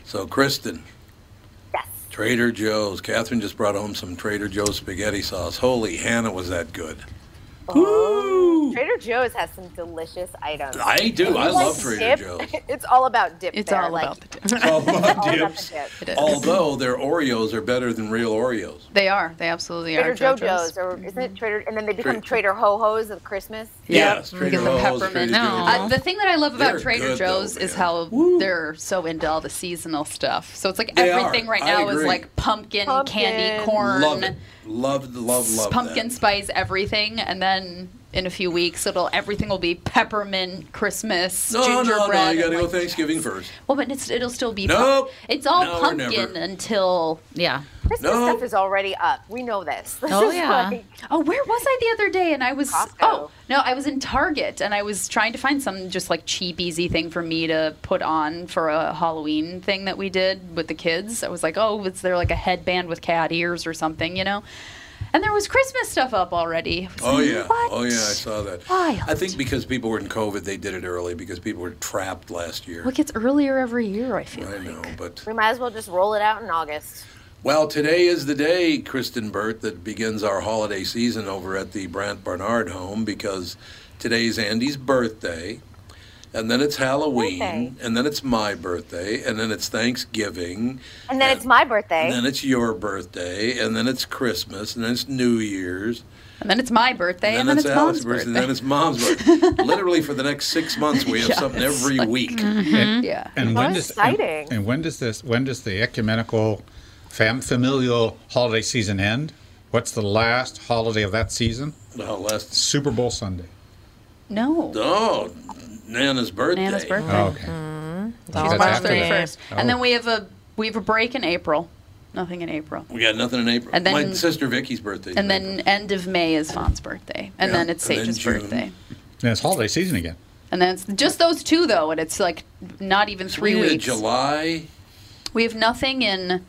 [SPEAKER 1] So, Kristen.
[SPEAKER 8] Yes.
[SPEAKER 1] Trader Joe's. Catherine just brought home some Trader Joe's spaghetti sauce. Holy Hannah, was that good.
[SPEAKER 8] Oh, Trader Joe's has some delicious items.
[SPEAKER 1] I do.
[SPEAKER 8] If
[SPEAKER 1] I
[SPEAKER 8] you
[SPEAKER 1] love
[SPEAKER 8] like
[SPEAKER 1] Trader
[SPEAKER 8] dip,
[SPEAKER 1] Joe's.
[SPEAKER 8] It's all about dip.
[SPEAKER 3] It's
[SPEAKER 8] there.
[SPEAKER 3] all
[SPEAKER 8] like,
[SPEAKER 3] about the
[SPEAKER 1] It's all about
[SPEAKER 8] all about
[SPEAKER 1] dips.
[SPEAKER 8] the dip.
[SPEAKER 3] It is.
[SPEAKER 1] Although their Oreos are better than real Oreos.
[SPEAKER 3] They are. They absolutely
[SPEAKER 8] Trader
[SPEAKER 3] are. JoJo's.
[SPEAKER 8] JoJo's, or isn't it Trader? And then they become
[SPEAKER 1] Tra-
[SPEAKER 8] Trader Ho Ho's at Christmas.
[SPEAKER 1] Yes,
[SPEAKER 3] We
[SPEAKER 1] Trader
[SPEAKER 3] get the
[SPEAKER 1] Joe's.
[SPEAKER 3] peppermint.
[SPEAKER 1] Trader
[SPEAKER 3] Uh, the thing that I love about
[SPEAKER 1] They're
[SPEAKER 3] Trader
[SPEAKER 1] good,
[SPEAKER 3] Joe's
[SPEAKER 1] though,
[SPEAKER 3] is
[SPEAKER 1] man.
[SPEAKER 3] how they're so into all the seasonal stuff. So it's like
[SPEAKER 1] They are.
[SPEAKER 3] everything right
[SPEAKER 1] I
[SPEAKER 3] now is
[SPEAKER 1] agree.
[SPEAKER 3] like pumpkin, candy,
[SPEAKER 8] Pumpkin.
[SPEAKER 3] corn,
[SPEAKER 1] Love it. Love, love, love
[SPEAKER 3] pumpkin
[SPEAKER 1] that.
[SPEAKER 3] spice, everything, and then in a few weeks it'll everything will be peppermint Christmas
[SPEAKER 1] No, no,
[SPEAKER 3] gingerbread.
[SPEAKER 1] no. You got
[SPEAKER 3] and,
[SPEAKER 1] to go
[SPEAKER 3] like-
[SPEAKER 1] Thanksgiving first.
[SPEAKER 3] Well, but it's, it'll still be.
[SPEAKER 1] Nope.
[SPEAKER 3] It's all
[SPEAKER 1] No, we're never.
[SPEAKER 3] pumpkin until yeah.
[SPEAKER 8] Christmas
[SPEAKER 1] No.
[SPEAKER 8] stuff is already up. We know this. This
[SPEAKER 9] Oh,
[SPEAKER 8] is
[SPEAKER 9] yeah.
[SPEAKER 8] like-
[SPEAKER 3] Oh, where was I the other day? And I was
[SPEAKER 8] Costco.
[SPEAKER 3] oh no, I was in Target and I was trying to find some just like cheap, easy thing for me to put on for a Halloween thing that we did with the kids. I was like, oh, is there like a headband with cat ears or something, you know? And there was Christmas stuff up already. I was
[SPEAKER 1] Oh
[SPEAKER 3] like,
[SPEAKER 1] yeah,
[SPEAKER 3] what?
[SPEAKER 1] oh yeah, I saw that.
[SPEAKER 3] Wild.
[SPEAKER 1] I think because people were in COVID, they did it early because people were trapped last year.
[SPEAKER 3] Well, it gets earlier every year. I feel
[SPEAKER 1] I
[SPEAKER 3] like.
[SPEAKER 1] know, but
[SPEAKER 8] we might as well just roll it out in August.
[SPEAKER 1] well, today is the day, Kristen Burt, that begins our holiday season over at the Brant Barnard home because today's Andy's birthday, and then it's Halloween,
[SPEAKER 8] Birthday.
[SPEAKER 1] and then it's my birthday, and then it's Thanksgiving,
[SPEAKER 8] And then
[SPEAKER 1] And-
[SPEAKER 8] it's my birthday.
[SPEAKER 1] and then it's your birthday, and then it's Christmas, and then it's New Year's.
[SPEAKER 3] And then it's my birthday, and then, it's,
[SPEAKER 1] Alex's
[SPEAKER 3] mom's birthday.
[SPEAKER 1] and then it's mom's birthday. Literally for the next six months, we have
[SPEAKER 3] Yeah,
[SPEAKER 1] something
[SPEAKER 3] it's
[SPEAKER 1] every
[SPEAKER 3] like- mm-hmm.
[SPEAKER 1] week.
[SPEAKER 5] Mm-hmm.
[SPEAKER 2] And,
[SPEAKER 3] yeah.
[SPEAKER 2] and
[SPEAKER 8] How
[SPEAKER 2] when does and-
[SPEAKER 8] exciting.
[SPEAKER 2] And, when does this? When does the ecumenical, fam, familial holiday season end? What's the last holiday of that season?
[SPEAKER 1] No, last
[SPEAKER 2] Super Bowl Sunday.
[SPEAKER 3] No.
[SPEAKER 1] oh, Nana's birthday.
[SPEAKER 3] Nana's birthday. Mm-hmm.
[SPEAKER 2] Oh, okay.
[SPEAKER 3] She's
[SPEAKER 2] That's
[SPEAKER 3] March
[SPEAKER 2] after
[SPEAKER 3] thirty
[SPEAKER 2] that.
[SPEAKER 3] first, and
[SPEAKER 2] Oh.
[SPEAKER 3] then we have a we have a break in April. Nothing in April.
[SPEAKER 1] We got nothing in April.
[SPEAKER 3] And then-
[SPEAKER 1] My sister Vicky's birthday.
[SPEAKER 3] And then end of May is Fawn's birthday, and
[SPEAKER 1] Yeah,
[SPEAKER 3] then it's
[SPEAKER 1] and then
[SPEAKER 3] Sage's
[SPEAKER 1] June.
[SPEAKER 3] birthday,
[SPEAKER 2] And it's holiday season again.
[SPEAKER 3] and then it's just those two though, and it's like not even three
[SPEAKER 1] we had
[SPEAKER 3] weeks.
[SPEAKER 1] July.
[SPEAKER 3] We have nothing in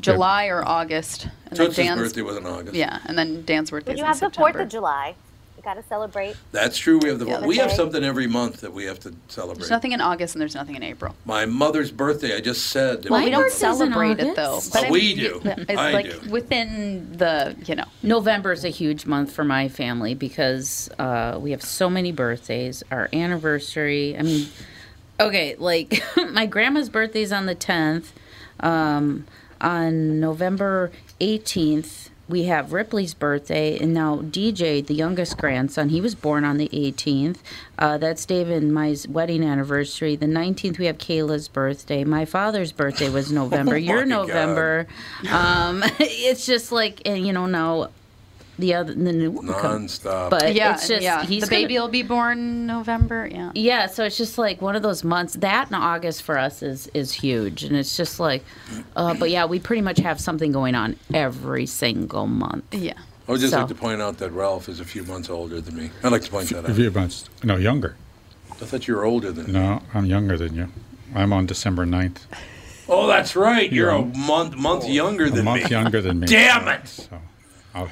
[SPEAKER 3] July or August, and
[SPEAKER 1] Tootsie's
[SPEAKER 3] then Dan's
[SPEAKER 1] birthday was in August.
[SPEAKER 3] yeah, and then Dan's birthday.
[SPEAKER 8] But
[SPEAKER 3] is
[SPEAKER 8] you
[SPEAKER 3] in
[SPEAKER 8] have the Fourth
[SPEAKER 3] September.
[SPEAKER 8] of July. You got to celebrate.
[SPEAKER 1] That's true. We have the
[SPEAKER 8] Yeah.
[SPEAKER 1] we have
[SPEAKER 8] Okay.
[SPEAKER 1] something every month that we have to celebrate.
[SPEAKER 3] There's nothing in August, and there's nothing in April.
[SPEAKER 1] My mother's birthday. I just said. it
[SPEAKER 9] Well,
[SPEAKER 1] was-
[SPEAKER 3] We
[SPEAKER 9] My
[SPEAKER 3] don't
[SPEAKER 9] birthday's in
[SPEAKER 3] celebrate it though.
[SPEAKER 9] August.
[SPEAKER 1] Oh,
[SPEAKER 3] I-
[SPEAKER 1] we do.
[SPEAKER 3] yeah, It's
[SPEAKER 1] I
[SPEAKER 3] like
[SPEAKER 1] do.
[SPEAKER 3] within the you know.
[SPEAKER 9] November is a huge month for my family because uh, we have so many birthdays. Our anniversary. I mean, okay, like my grandma's birthday's on the tenth. Um, on November eighteenth, we have Ripley's birthday, and now DJ, the youngest grandson, he was born on the eighteenth. Uh, that's Dave and my wedding anniversary. The nineteenth, we have Kayla's birthday. My father's birthday was November. Your
[SPEAKER 1] Oh my God.
[SPEAKER 9] November. Um, it's just like, and you know now the other the new one will come.
[SPEAKER 1] Nonstop.
[SPEAKER 9] but
[SPEAKER 3] Yeah,
[SPEAKER 9] it's just
[SPEAKER 3] yeah.
[SPEAKER 9] he's
[SPEAKER 3] the
[SPEAKER 9] gonna-
[SPEAKER 3] baby will be born November. Yeah.
[SPEAKER 9] yeah, so it's just like one of those months. That and August for us is is huge, and it's just like, uh, but yeah, we pretty much have something going on every single month.
[SPEAKER 3] Yeah.
[SPEAKER 1] I would just
[SPEAKER 9] so-
[SPEAKER 1] like to point out that Ralph is a few months older than me. I'd like to point that out.
[SPEAKER 2] Review months. No, younger.
[SPEAKER 1] I thought you were older than me.
[SPEAKER 2] No, I'm younger than you. I'm on December 9th.
[SPEAKER 1] Oh, that's right. You're a
[SPEAKER 2] Yeah.
[SPEAKER 1] month month younger
[SPEAKER 2] Oh, A
[SPEAKER 1] than
[SPEAKER 2] month
[SPEAKER 1] me.
[SPEAKER 2] younger than me.
[SPEAKER 1] Damn it!
[SPEAKER 2] So, I'll,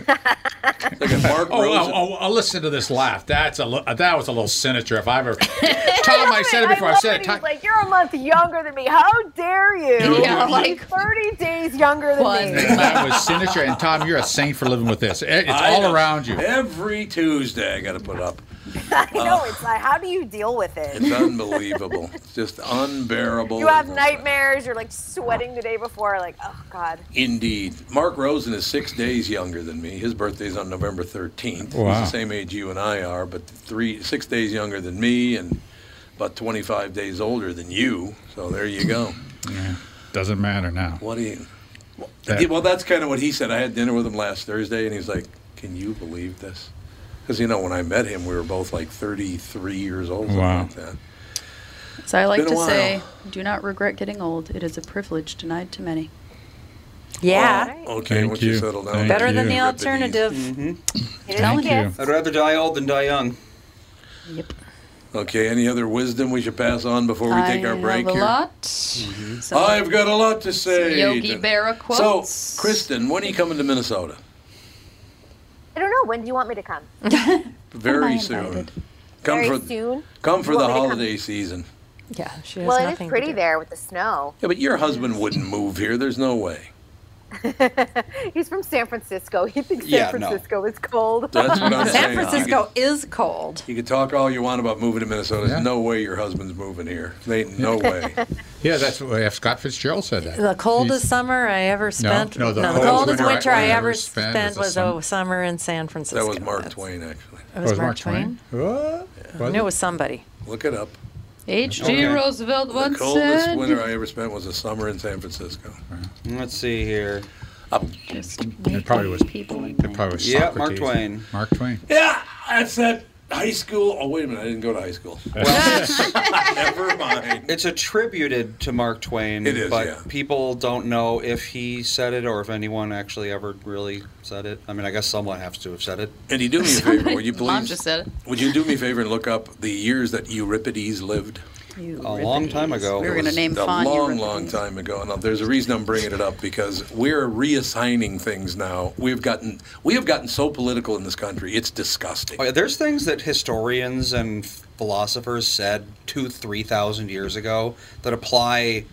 [SPEAKER 1] Look at Mark
[SPEAKER 2] Oh,
[SPEAKER 1] Rosen.
[SPEAKER 2] oh, oh, oh, listen to this laugh. That's a li- that was a little sinister. If I ever, Tom, I said it before. I
[SPEAKER 8] love
[SPEAKER 2] said it.
[SPEAKER 8] that
[SPEAKER 2] Tom,
[SPEAKER 8] He's like, you're a month younger than me. How dare you?
[SPEAKER 3] Yeah,
[SPEAKER 8] You're
[SPEAKER 3] like-
[SPEAKER 8] 30 days younger than
[SPEAKER 3] One.
[SPEAKER 8] me.
[SPEAKER 2] that was sinister. And Tom, you're a saint for living with this. It- It's
[SPEAKER 1] I
[SPEAKER 2] all
[SPEAKER 1] know.
[SPEAKER 2] around you.
[SPEAKER 1] Every Tuesday, I got to put up. Uh,
[SPEAKER 8] I know. It's like, how do you deal with it?
[SPEAKER 1] It's unbelievable. It's just unbearable.
[SPEAKER 8] You have nightmares. You're like sweating the day before. Like, oh God.
[SPEAKER 1] Indeed. Mark Rosen is six days younger than me. His birthday's on November 13th.
[SPEAKER 2] Wow.
[SPEAKER 1] He's the same age you and I are, but three, six days younger than me and about 25 days older than you. So there you go.
[SPEAKER 2] Doesn't matter now.
[SPEAKER 1] What do you.
[SPEAKER 2] That-
[SPEAKER 1] Well, that's kind of what he said. I had dinner with him last Thursday, and he's like, Can you believe this? Because, you know, when I met him, we were both like 33 years old, something
[SPEAKER 2] Wow.
[SPEAKER 1] like that.
[SPEAKER 3] So I like
[SPEAKER 1] been a
[SPEAKER 3] to
[SPEAKER 1] while.
[SPEAKER 3] say, do not regret getting old. It is a privilege denied to many.
[SPEAKER 4] Yeah.
[SPEAKER 1] Okay,
[SPEAKER 2] Thank
[SPEAKER 1] once you,
[SPEAKER 2] you.
[SPEAKER 1] settle down.
[SPEAKER 2] Thank
[SPEAKER 4] Better
[SPEAKER 2] you.
[SPEAKER 4] than the
[SPEAKER 2] Rip
[SPEAKER 4] alternative.
[SPEAKER 8] It is
[SPEAKER 6] Mm-hmm.
[SPEAKER 2] Thank
[SPEAKER 8] a gift.
[SPEAKER 2] you.
[SPEAKER 6] I'd rather die old than die young.
[SPEAKER 3] Yep.
[SPEAKER 1] Okay, any other wisdom we should pass on before we take
[SPEAKER 3] I
[SPEAKER 1] our break
[SPEAKER 3] have a
[SPEAKER 1] here?
[SPEAKER 3] lot.
[SPEAKER 2] Mm-hmm.
[SPEAKER 3] Some-
[SPEAKER 1] I've got a lot to say.
[SPEAKER 3] Yogi Berra quotes.
[SPEAKER 1] So, Kristen, when are you coming to Minnesota?
[SPEAKER 8] I don't know. When do you want me to come?
[SPEAKER 1] Very soon. Come
[SPEAKER 8] Very
[SPEAKER 1] for
[SPEAKER 8] soon.
[SPEAKER 1] come for
[SPEAKER 8] You
[SPEAKER 1] the
[SPEAKER 8] want me to come?
[SPEAKER 1] holiday season.
[SPEAKER 4] Yeah, she has
[SPEAKER 8] Well, it
[SPEAKER 4] nothing to
[SPEAKER 8] is pretty
[SPEAKER 4] do.
[SPEAKER 8] there with the snow.
[SPEAKER 1] Yeah, but your husband wouldn't move here. There's no way.
[SPEAKER 8] He's from San Francisco. He thinks San
[SPEAKER 1] Yeah, no.
[SPEAKER 8] Francisco is cold.
[SPEAKER 1] That's what I'm
[SPEAKER 4] San
[SPEAKER 1] saying.
[SPEAKER 4] Francisco is cold.
[SPEAKER 1] You can talk all you want about moving to Minnesota. There's no way your husband's moving here. There ain't no way.
[SPEAKER 2] Yeah, that's what if Scott Fitzgerald said that.
[SPEAKER 4] The coldest
[SPEAKER 2] He's-
[SPEAKER 4] summer I ever spent.
[SPEAKER 2] no, the
[SPEAKER 4] coldest,
[SPEAKER 2] coldest
[SPEAKER 4] winter,
[SPEAKER 2] winter
[SPEAKER 4] I, ever spent, was a summer in San Francisco.
[SPEAKER 1] That was Mark Twain, actually.
[SPEAKER 4] It was, Mark Twain.
[SPEAKER 2] What?
[SPEAKER 4] I knew it was somebody.
[SPEAKER 1] Look it up.
[SPEAKER 3] H.G.
[SPEAKER 1] Okay.
[SPEAKER 3] Roosevelt
[SPEAKER 1] The
[SPEAKER 3] once
[SPEAKER 1] coldest
[SPEAKER 3] said.
[SPEAKER 1] winter I ever spent was a summer in San Francisco.
[SPEAKER 6] Let's see here.
[SPEAKER 2] It probably was. It probably was.
[SPEAKER 6] Yeah, Mark
[SPEAKER 2] Socrates.
[SPEAKER 6] Twain.
[SPEAKER 2] Mark Twain.
[SPEAKER 1] Yeah, that's that high school. Oh, wait a minute. I didn't go to high school. Never mind.
[SPEAKER 6] It's attributed to Mark Twain,
[SPEAKER 1] It is,
[SPEAKER 6] but
[SPEAKER 1] yeah.
[SPEAKER 6] people don't know if he said it or if anyone actually ever really said it. I mean, I guess someone has to have said it.
[SPEAKER 1] And you do me a favor, would you
[SPEAKER 3] Mom
[SPEAKER 1] please?
[SPEAKER 3] just said it.
[SPEAKER 1] Would you do me a favor and look up the years that Euripides lived?
[SPEAKER 6] A long time ago.
[SPEAKER 3] We were
[SPEAKER 1] It
[SPEAKER 3] going to
[SPEAKER 1] was
[SPEAKER 3] name
[SPEAKER 1] a
[SPEAKER 3] Fawn
[SPEAKER 1] long,
[SPEAKER 3] Euripides.
[SPEAKER 1] long time ago. Now, there's a reason I'm bringing it up because we're reassigning things now. We've gotten we have gotten so political in this country. It's disgusting.
[SPEAKER 6] Oh, yeah, There's things that historians and philosophers said two, three thousand years ago that apply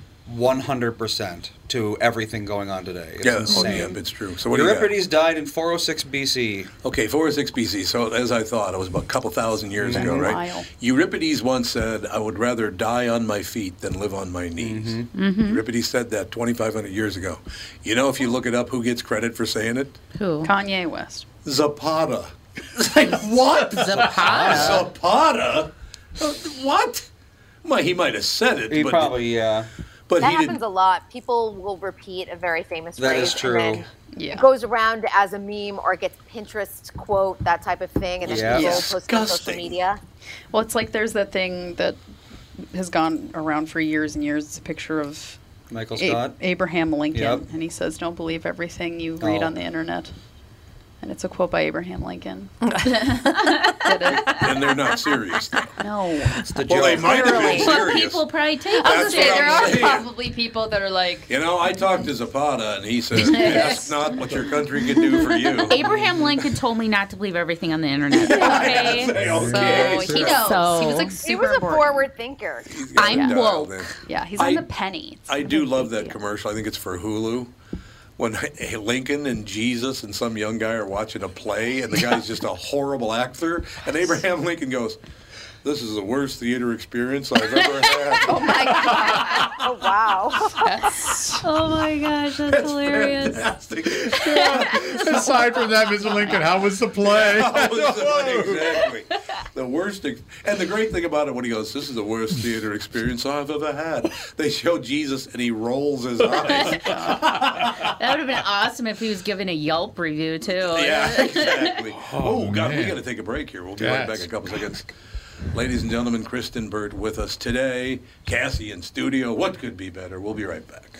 [SPEAKER 6] 100% to everything going on today. It's
[SPEAKER 1] yeah, oh,
[SPEAKER 6] insane.
[SPEAKER 1] yeah, it's true. So what do you got?
[SPEAKER 6] Euripides died in 406 BC.
[SPEAKER 1] Okay, 406 BC. So as I thought, it was about a couple thousand years ago, right?
[SPEAKER 3] Mile.
[SPEAKER 1] Euripides once said, "I would rather die on my feet than live on my knees."
[SPEAKER 6] Mm-hmm.
[SPEAKER 8] Mm-hmm.
[SPEAKER 1] Euripides said that 2,500 years ago. You know, if you look it up, who gets credit for saying it?
[SPEAKER 9] Who?
[SPEAKER 3] Kanye West.
[SPEAKER 1] Zapata. It's like what?
[SPEAKER 6] Ah.
[SPEAKER 9] Zapata.
[SPEAKER 1] Zapata? Uh, What? My, he might have said it,
[SPEAKER 6] He
[SPEAKER 1] but
[SPEAKER 6] probably, yeah.
[SPEAKER 1] but
[SPEAKER 8] That
[SPEAKER 1] he
[SPEAKER 8] happens
[SPEAKER 1] didn't.
[SPEAKER 8] a lot. People will repeat a very famous
[SPEAKER 6] That
[SPEAKER 8] phrase.
[SPEAKER 6] is true.
[SPEAKER 8] And then
[SPEAKER 3] Yeah.
[SPEAKER 8] It goes around as a meme or it gets Pinterest quote, that type of thing, and then
[SPEAKER 6] Yeah.
[SPEAKER 8] people post it on social
[SPEAKER 1] Disgusting.
[SPEAKER 8] media.
[SPEAKER 3] Well, it's like there's that thing that has gone around for years and years. It's a picture of
[SPEAKER 6] Michael
[SPEAKER 3] A-
[SPEAKER 6] Scott.
[SPEAKER 3] Abraham Lincoln,
[SPEAKER 6] Yep.
[SPEAKER 3] and he says, "Don't believe everything you read
[SPEAKER 6] Oh.
[SPEAKER 3] on the internet." And it's a quote by Abraham Lincoln. Did it?
[SPEAKER 1] And they're not serious. Though.
[SPEAKER 3] No.
[SPEAKER 6] It's the
[SPEAKER 1] Well, they
[SPEAKER 6] joke.
[SPEAKER 1] might have been
[SPEAKER 8] Literally.
[SPEAKER 9] But
[SPEAKER 1] serious.
[SPEAKER 9] people probably take
[SPEAKER 3] I was gonna
[SPEAKER 9] it.
[SPEAKER 1] That's what
[SPEAKER 3] say there
[SPEAKER 1] I'm
[SPEAKER 3] are
[SPEAKER 1] saying.
[SPEAKER 3] probably people that are like,
[SPEAKER 1] You know, I talked to Zapata, and he says, "Ask not what your country can do for you."
[SPEAKER 9] Abraham Lincoln told me not to believe everything on the internet.
[SPEAKER 1] I
[SPEAKER 9] Okay.
[SPEAKER 1] say,
[SPEAKER 3] so
[SPEAKER 1] okay,
[SPEAKER 3] he
[SPEAKER 1] sure.
[SPEAKER 3] knows. he was
[SPEAKER 9] So-
[SPEAKER 3] like
[SPEAKER 8] He
[SPEAKER 3] super
[SPEAKER 8] was a
[SPEAKER 3] important.
[SPEAKER 8] forward thinker.
[SPEAKER 1] He's got it
[SPEAKER 9] I'm
[SPEAKER 1] dialed
[SPEAKER 9] woke.
[SPEAKER 1] in.
[SPEAKER 3] Yeah, he's on
[SPEAKER 1] I-
[SPEAKER 3] the penny. It's
[SPEAKER 1] I
[SPEAKER 3] not
[SPEAKER 1] do
[SPEAKER 3] a
[SPEAKER 1] love
[SPEAKER 3] big
[SPEAKER 1] that
[SPEAKER 3] deal.
[SPEAKER 1] commercial. I think it's for Hulu. When Lincoln and Jesus and some young guy are watching a play, and the guy's just a horrible actor, and Abraham Lincoln goes, "This is the worst theater experience I've ever had."
[SPEAKER 8] Oh, wow.
[SPEAKER 9] oh my gosh, that's hilarious.
[SPEAKER 1] Fantastic.
[SPEAKER 2] Aside from that, Mr. Lincoln, how was the play?
[SPEAKER 1] That was the one, exactly. The worst, ex- and the great thing about it when he goes, "This is the worst theater experience I've ever had." They show Jesus, and he rolls his eyes.
[SPEAKER 9] That would have been awesome if he was giving a Yelp review too.
[SPEAKER 1] Yeah, exactly. Oh, God, we
[SPEAKER 2] man.
[SPEAKER 1] got to take a break here. We'll be right
[SPEAKER 2] Yes.
[SPEAKER 1] back in a couple seconds. Ladies and gentlemen, Kristen Burt with us today. Cassie in studio. What could be better? We'll be right back.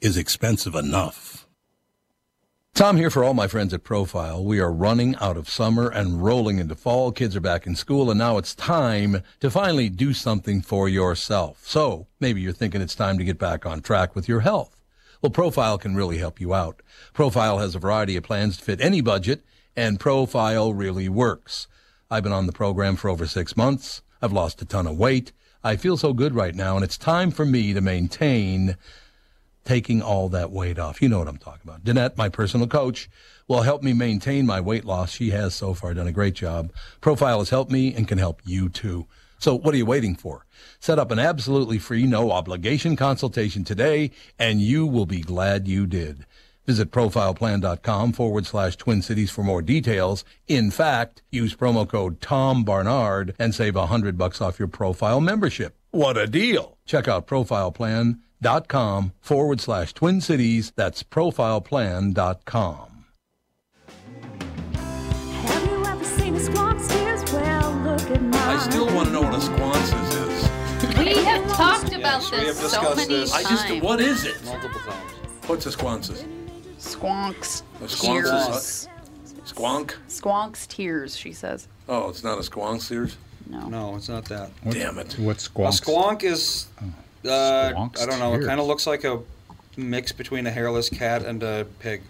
[SPEAKER 10] is expensive enough. Tom here for all my friends at Profile. We are running out of summer and rolling into fall. Kids are back in school and now it's time to finally do something for yourself. So maybe you're thinking it's time to get back on track with your health. Well, Profile can really help you out. Profile has a variety of plans to fit any budget and Profile really works. I've been on the program for over six months. I've lost a ton of weight. I feel so good right now and it's time for me to maintain taking all that weight off. You know what I'm talking about. Danette, my personal coach, will help me maintain my weight loss. She has so far done a great job. Profile has helped me and can help you too. So what are you waiting for? Set up an absolutely free, no obligation consultation today, and you will be glad you did. Visit profileplan.com forward slash Twin Cities for more details. In fact, use promo code Tom Barnard and save 100 bucks off your profile membership. What a deal! Check out profileplan.com forward slash Twin Cities. That's profileplan.com.
[SPEAKER 5] Have you ever seen a squawk stairs? Well, look at mine.
[SPEAKER 1] I still want to know what a squances is.
[SPEAKER 3] We have talked about
[SPEAKER 1] we have
[SPEAKER 3] this so
[SPEAKER 1] discussed
[SPEAKER 3] many
[SPEAKER 1] this. I
[SPEAKER 3] times.
[SPEAKER 1] just- what is it?
[SPEAKER 6] Multiple times.
[SPEAKER 1] What's a squances?
[SPEAKER 3] Squonks.
[SPEAKER 1] A
[SPEAKER 3] tears.
[SPEAKER 1] squances? Squonk?
[SPEAKER 3] Squonks tears, she says.
[SPEAKER 1] Oh, it's not a squonk sears?
[SPEAKER 3] No.
[SPEAKER 6] No, it's not that.
[SPEAKER 1] Damn it.
[SPEAKER 2] What's
[SPEAKER 6] A
[SPEAKER 2] squonks? Oh,
[SPEAKER 6] squonk is, uh,
[SPEAKER 2] Squonk's
[SPEAKER 6] I don't know, it
[SPEAKER 2] tears.
[SPEAKER 6] kind of looks like a mix between a hairless cat and a pig.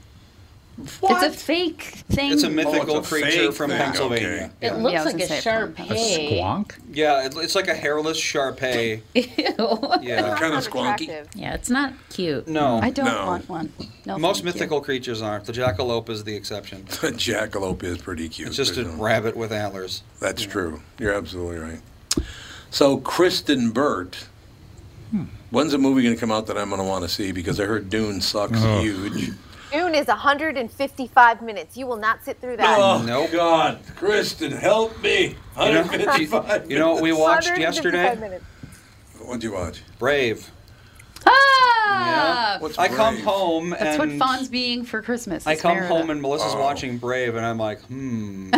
[SPEAKER 9] It's a fake thing.
[SPEAKER 6] It's a mythical
[SPEAKER 1] Oh, it's a
[SPEAKER 6] creature
[SPEAKER 1] fake
[SPEAKER 6] from
[SPEAKER 1] thing,
[SPEAKER 6] Pennsylvania.
[SPEAKER 1] okay.
[SPEAKER 9] It
[SPEAKER 6] Yeah.
[SPEAKER 9] looks
[SPEAKER 3] Yeah, I was
[SPEAKER 9] like
[SPEAKER 3] gonna say
[SPEAKER 9] a
[SPEAKER 3] it
[SPEAKER 9] Shar Pei.
[SPEAKER 6] Yeah, it, it's like a hairless Sharpei. Ew. Yeah.
[SPEAKER 1] Kind of squonky.
[SPEAKER 9] Yeah, it's not cute.
[SPEAKER 6] No.
[SPEAKER 3] I don't
[SPEAKER 1] No.
[SPEAKER 3] want one. No,
[SPEAKER 6] Most
[SPEAKER 3] thank you.
[SPEAKER 6] mythical creatures aren't. The jackalope is the exception.
[SPEAKER 1] The jackalope is pretty cute.
[SPEAKER 6] It's just a
[SPEAKER 1] isn't it?
[SPEAKER 6] rabbit with antlers.
[SPEAKER 1] That's true. You're absolutely right. So Kristen Burt, when's a movie going to come out that I'm going to want to see? Because I heard Dune sucks huge.
[SPEAKER 8] June is 155 minutes. You will not sit through that.
[SPEAKER 6] Nope.
[SPEAKER 1] Oh, God, Kristen, help me!
[SPEAKER 6] You know, you, you know what we watched
[SPEAKER 8] 155
[SPEAKER 6] yesterday?
[SPEAKER 8] minutes.
[SPEAKER 1] What'd you watch?
[SPEAKER 6] Brave.
[SPEAKER 3] Ah!
[SPEAKER 1] What's
[SPEAKER 6] I come
[SPEAKER 1] Brave?
[SPEAKER 6] home
[SPEAKER 3] That's what
[SPEAKER 6] and
[SPEAKER 3] Fawn's being for Christmas.
[SPEAKER 6] I
[SPEAKER 3] is
[SPEAKER 6] come
[SPEAKER 3] Merida.
[SPEAKER 6] home and Melissa's
[SPEAKER 1] Oh.
[SPEAKER 6] watching Brave, and I'm like, hmm.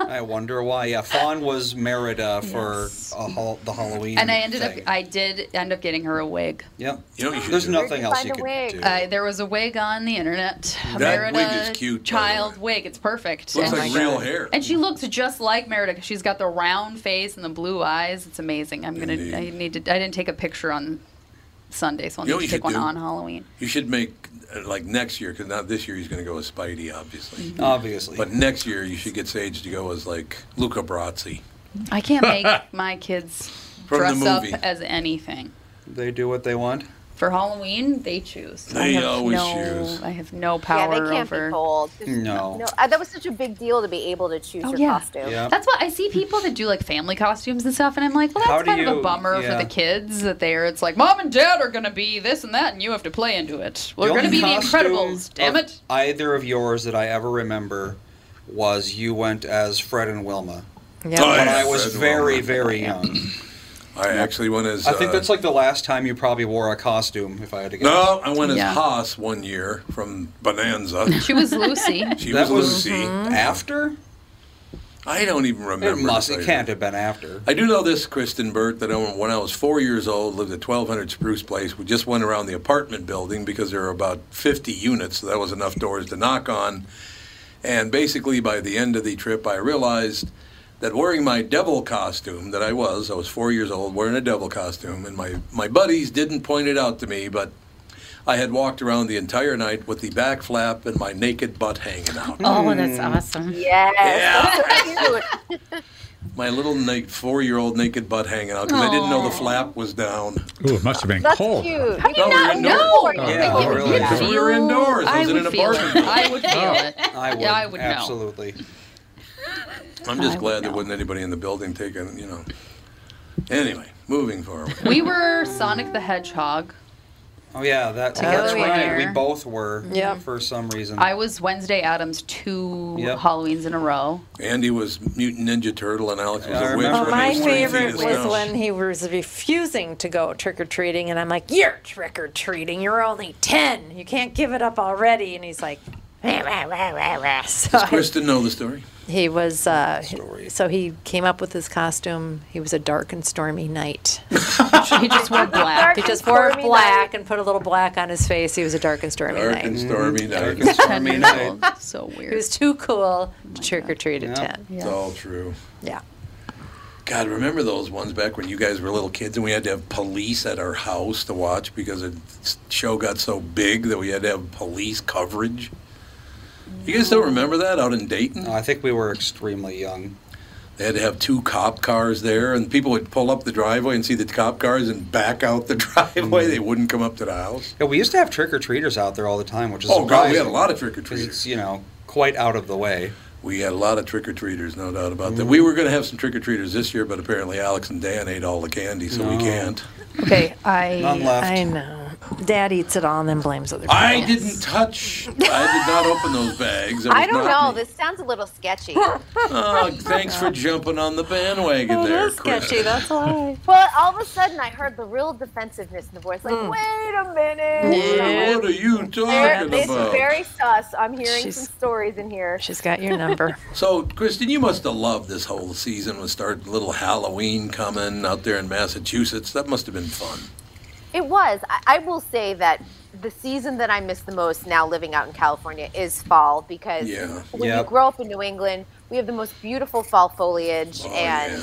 [SPEAKER 6] I wonder why. Yeah, Fawn was Merida for a hol- the Halloween.
[SPEAKER 3] And I ended
[SPEAKER 6] thing.
[SPEAKER 3] up, I did end up getting her a wig.
[SPEAKER 6] Yep.
[SPEAKER 1] You know what you should
[SPEAKER 6] There's
[SPEAKER 1] do?
[SPEAKER 8] Where'd
[SPEAKER 6] nothing
[SPEAKER 8] you
[SPEAKER 6] else
[SPEAKER 8] find
[SPEAKER 6] you
[SPEAKER 8] a
[SPEAKER 6] could
[SPEAKER 8] wig?
[SPEAKER 6] do.
[SPEAKER 3] Uh, there was a wig on the internet. a
[SPEAKER 1] That
[SPEAKER 3] Merida
[SPEAKER 1] wig is cute, by the
[SPEAKER 3] Child
[SPEAKER 1] way.
[SPEAKER 3] wig. It's perfect.
[SPEAKER 1] Looks
[SPEAKER 3] And
[SPEAKER 1] like
[SPEAKER 3] she-
[SPEAKER 1] real hair.
[SPEAKER 3] And she looks just like Merida. 'cause She's got the round face and the blue eyes. It's amazing. I'm gonna.
[SPEAKER 1] Indeed.
[SPEAKER 3] I need to. I didn't take a picture on Sunday, so I'll
[SPEAKER 1] You know
[SPEAKER 3] need to
[SPEAKER 1] what you
[SPEAKER 3] take one
[SPEAKER 1] should do?
[SPEAKER 3] on Halloween.
[SPEAKER 1] You should make uh, like next year because not this year he's going to go as Spidey, obviously.
[SPEAKER 6] Mm-hmm. Obviously.
[SPEAKER 1] But next year you should get Sage to go as like Luca Brasi.
[SPEAKER 3] I can't make my kids
[SPEAKER 1] From the
[SPEAKER 3] dress up
[SPEAKER 1] movie.
[SPEAKER 3] as anything.
[SPEAKER 6] they do what they want.
[SPEAKER 3] For Halloween, they choose. I
[SPEAKER 1] They
[SPEAKER 3] have
[SPEAKER 1] always
[SPEAKER 3] no-
[SPEAKER 1] choose.
[SPEAKER 3] I have no
[SPEAKER 8] Yeah,
[SPEAKER 3] power
[SPEAKER 8] they can't
[SPEAKER 3] over.
[SPEAKER 8] be told.
[SPEAKER 6] No.
[SPEAKER 8] no uh, that was such a big deal to be able to choose your costume.
[SPEAKER 6] Yeah.
[SPEAKER 3] Oh, That's why I see people that do like family costumes and stuff, and I'm like, well,
[SPEAKER 6] How
[SPEAKER 3] that's
[SPEAKER 6] do
[SPEAKER 3] kind of
[SPEAKER 6] you-
[SPEAKER 3] a bummer
[SPEAKER 6] yeah.
[SPEAKER 3] for the kids that they're. It's like mom and dad are gonna be this and that, and you have to play into it. We're gonna
[SPEAKER 6] only
[SPEAKER 3] be the
[SPEAKER 6] costume
[SPEAKER 3] Incredibles, damn
[SPEAKER 6] of
[SPEAKER 3] it!
[SPEAKER 6] Either of yours that I ever remember was you went as Fred and Wilma.
[SPEAKER 1] Oh,
[SPEAKER 6] But
[SPEAKER 1] yeah,
[SPEAKER 6] I was
[SPEAKER 1] Fred
[SPEAKER 6] very,
[SPEAKER 1] Wilmer.
[SPEAKER 6] very young.
[SPEAKER 1] I actually went as.
[SPEAKER 6] I think
[SPEAKER 1] uh,
[SPEAKER 6] that's like the last time you probably wore a costume, if I had to guess.
[SPEAKER 1] No, I went as
[SPEAKER 3] Yeah.
[SPEAKER 1] Haas one year from Bonanza.
[SPEAKER 3] She was Lucy.
[SPEAKER 1] She
[SPEAKER 6] That
[SPEAKER 1] was,
[SPEAKER 6] was-
[SPEAKER 1] Lucy.
[SPEAKER 6] After?
[SPEAKER 1] I don't even
[SPEAKER 6] It
[SPEAKER 1] remember.
[SPEAKER 6] must.
[SPEAKER 1] if
[SPEAKER 6] It
[SPEAKER 1] I-
[SPEAKER 6] can't have been after.
[SPEAKER 1] I do know this, Kristen Burt, that I, when I was four years old, lived at 1200 Spruce Place. We just went around the apartment building because there were about 50 units, so that was enough doors to knock on. And basically, by the end of the trip, I realized that wearing my devil costume that I was, I was four years old wearing a devil costume, and my, my buddies didn't point it out to me, but I had walked around the entire night with the back flap and my naked butt hanging out.
[SPEAKER 6] Hmm.
[SPEAKER 9] Oh, that's awesome.
[SPEAKER 8] Yes.
[SPEAKER 1] Yeah.
[SPEAKER 8] That's so cute.
[SPEAKER 1] My little na- four year old naked butt hanging out because I didn't know the flap was down.
[SPEAKER 2] Ooh, it must have been
[SPEAKER 8] That's
[SPEAKER 2] cold.
[SPEAKER 8] cute.
[SPEAKER 1] No, we were indoors.
[SPEAKER 6] Yeah,
[SPEAKER 3] I would
[SPEAKER 6] really.
[SPEAKER 3] feel-
[SPEAKER 1] Because we were indoors. I was in
[SPEAKER 3] would
[SPEAKER 1] an
[SPEAKER 3] feel it.
[SPEAKER 1] apartment.
[SPEAKER 3] I would feel it.
[SPEAKER 6] I would.
[SPEAKER 3] Yeah, I would know.
[SPEAKER 6] absolutely.
[SPEAKER 1] I'm
[SPEAKER 3] I
[SPEAKER 1] just
[SPEAKER 3] would
[SPEAKER 1] glad there
[SPEAKER 3] know.
[SPEAKER 1] wasn't anybody in the building taking, you know. Anyway, moving forward.
[SPEAKER 3] We were Sonic the Hedgehog.
[SPEAKER 6] Oh yeah, that,
[SPEAKER 3] Together
[SPEAKER 6] that's
[SPEAKER 3] we
[SPEAKER 6] right.
[SPEAKER 3] were.
[SPEAKER 6] We both were.
[SPEAKER 4] Yeah.
[SPEAKER 6] For some reason.
[SPEAKER 3] I was Wednesday Adams two
[SPEAKER 6] Yep.
[SPEAKER 3] Halloweens in a row.
[SPEAKER 1] Andy was Mutant Ninja Turtle and Alex was
[SPEAKER 6] Yeah, I
[SPEAKER 1] a witch.
[SPEAKER 6] remember
[SPEAKER 1] when
[SPEAKER 4] Uh, my
[SPEAKER 1] they were three
[SPEAKER 4] favorite
[SPEAKER 1] feet
[SPEAKER 4] was
[SPEAKER 1] of snow.
[SPEAKER 4] when he was refusing to go trick or treating, and I'm like, "You're trick or treating. You're only ten. You can't give it up already." And he's like, "Wah, wah, wah, wah, wah." So I-
[SPEAKER 1] Kristen know the story.
[SPEAKER 4] he was. Uh,
[SPEAKER 6] Story.
[SPEAKER 4] so he came up with his costume. He was a dark and stormy night.
[SPEAKER 3] He just wore black.
[SPEAKER 4] He
[SPEAKER 8] Dark
[SPEAKER 4] just
[SPEAKER 8] and
[SPEAKER 4] wore
[SPEAKER 8] stormy
[SPEAKER 4] black and put a little black on his face. He was a dark and stormy
[SPEAKER 1] Dark
[SPEAKER 4] night.
[SPEAKER 1] and stormy night.
[SPEAKER 6] Dark and
[SPEAKER 3] Ten
[SPEAKER 6] stormy
[SPEAKER 3] years
[SPEAKER 6] night.
[SPEAKER 3] old. So
[SPEAKER 4] he
[SPEAKER 3] weird.
[SPEAKER 4] was too cool to trick or treat at
[SPEAKER 6] Yeah.
[SPEAKER 4] ten.
[SPEAKER 1] It's all true.
[SPEAKER 4] Yeah.
[SPEAKER 1] God, remember those ones back when you guys were little kids and we had to have police at our house to watch because the show got so big that we had to have police coverage? You guys don't remember that out in Dayton?
[SPEAKER 6] No, I think we were extremely young.
[SPEAKER 1] They had to have two cop cars there, and people would pull up the driveway and see the cop cars and back out the
[SPEAKER 6] Mm-hmm.
[SPEAKER 1] driveway. They wouldn't come up to the house.
[SPEAKER 6] Yeah, we used to have trick or treaters out there all the time, which is
[SPEAKER 1] Oh, God, we had a
[SPEAKER 6] surprising,
[SPEAKER 1] lot of trick or
[SPEAKER 6] 'cause It's
[SPEAKER 1] treaters.
[SPEAKER 6] you know quite out of the way.
[SPEAKER 1] We had a lot of trick or treaters, no doubt about
[SPEAKER 6] Mm-hmm.
[SPEAKER 1] that. We were going to have some trick or treaters this year, but apparently Alex and Dan ate all the candy, so we can't.
[SPEAKER 3] Okay, I
[SPEAKER 6] None left.
[SPEAKER 4] I know. Dad eats it all and then blames other people.
[SPEAKER 1] I didn't touch. I did not open those bags. It was
[SPEAKER 8] I don't
[SPEAKER 1] not
[SPEAKER 8] know.
[SPEAKER 1] me.
[SPEAKER 8] This sounds a little sketchy.
[SPEAKER 1] Oh, thanks for jumping on the bandwagon there, Chris.
[SPEAKER 4] all.
[SPEAKER 8] Well, all of a sudden, I heard the real defensiveness in the voice. Like, wait a minute.
[SPEAKER 1] Hmm. What are you
[SPEAKER 8] There-
[SPEAKER 1] talking
[SPEAKER 8] It's
[SPEAKER 1] about?
[SPEAKER 8] very sus. I'm hearing
[SPEAKER 4] She's-
[SPEAKER 8] some stories in here.
[SPEAKER 4] She's got your number.
[SPEAKER 1] So, Kristen, you must have loved this whole season with start little Halloween coming out there in Massachusetts. That must have been fun.
[SPEAKER 8] It was. I, I will say that the season that I miss the most now living out in California is fall because
[SPEAKER 1] Yeah.
[SPEAKER 8] when you
[SPEAKER 1] Yep.
[SPEAKER 8] grow up in New England, we have the most beautiful fall foliage
[SPEAKER 1] Oh,
[SPEAKER 8] and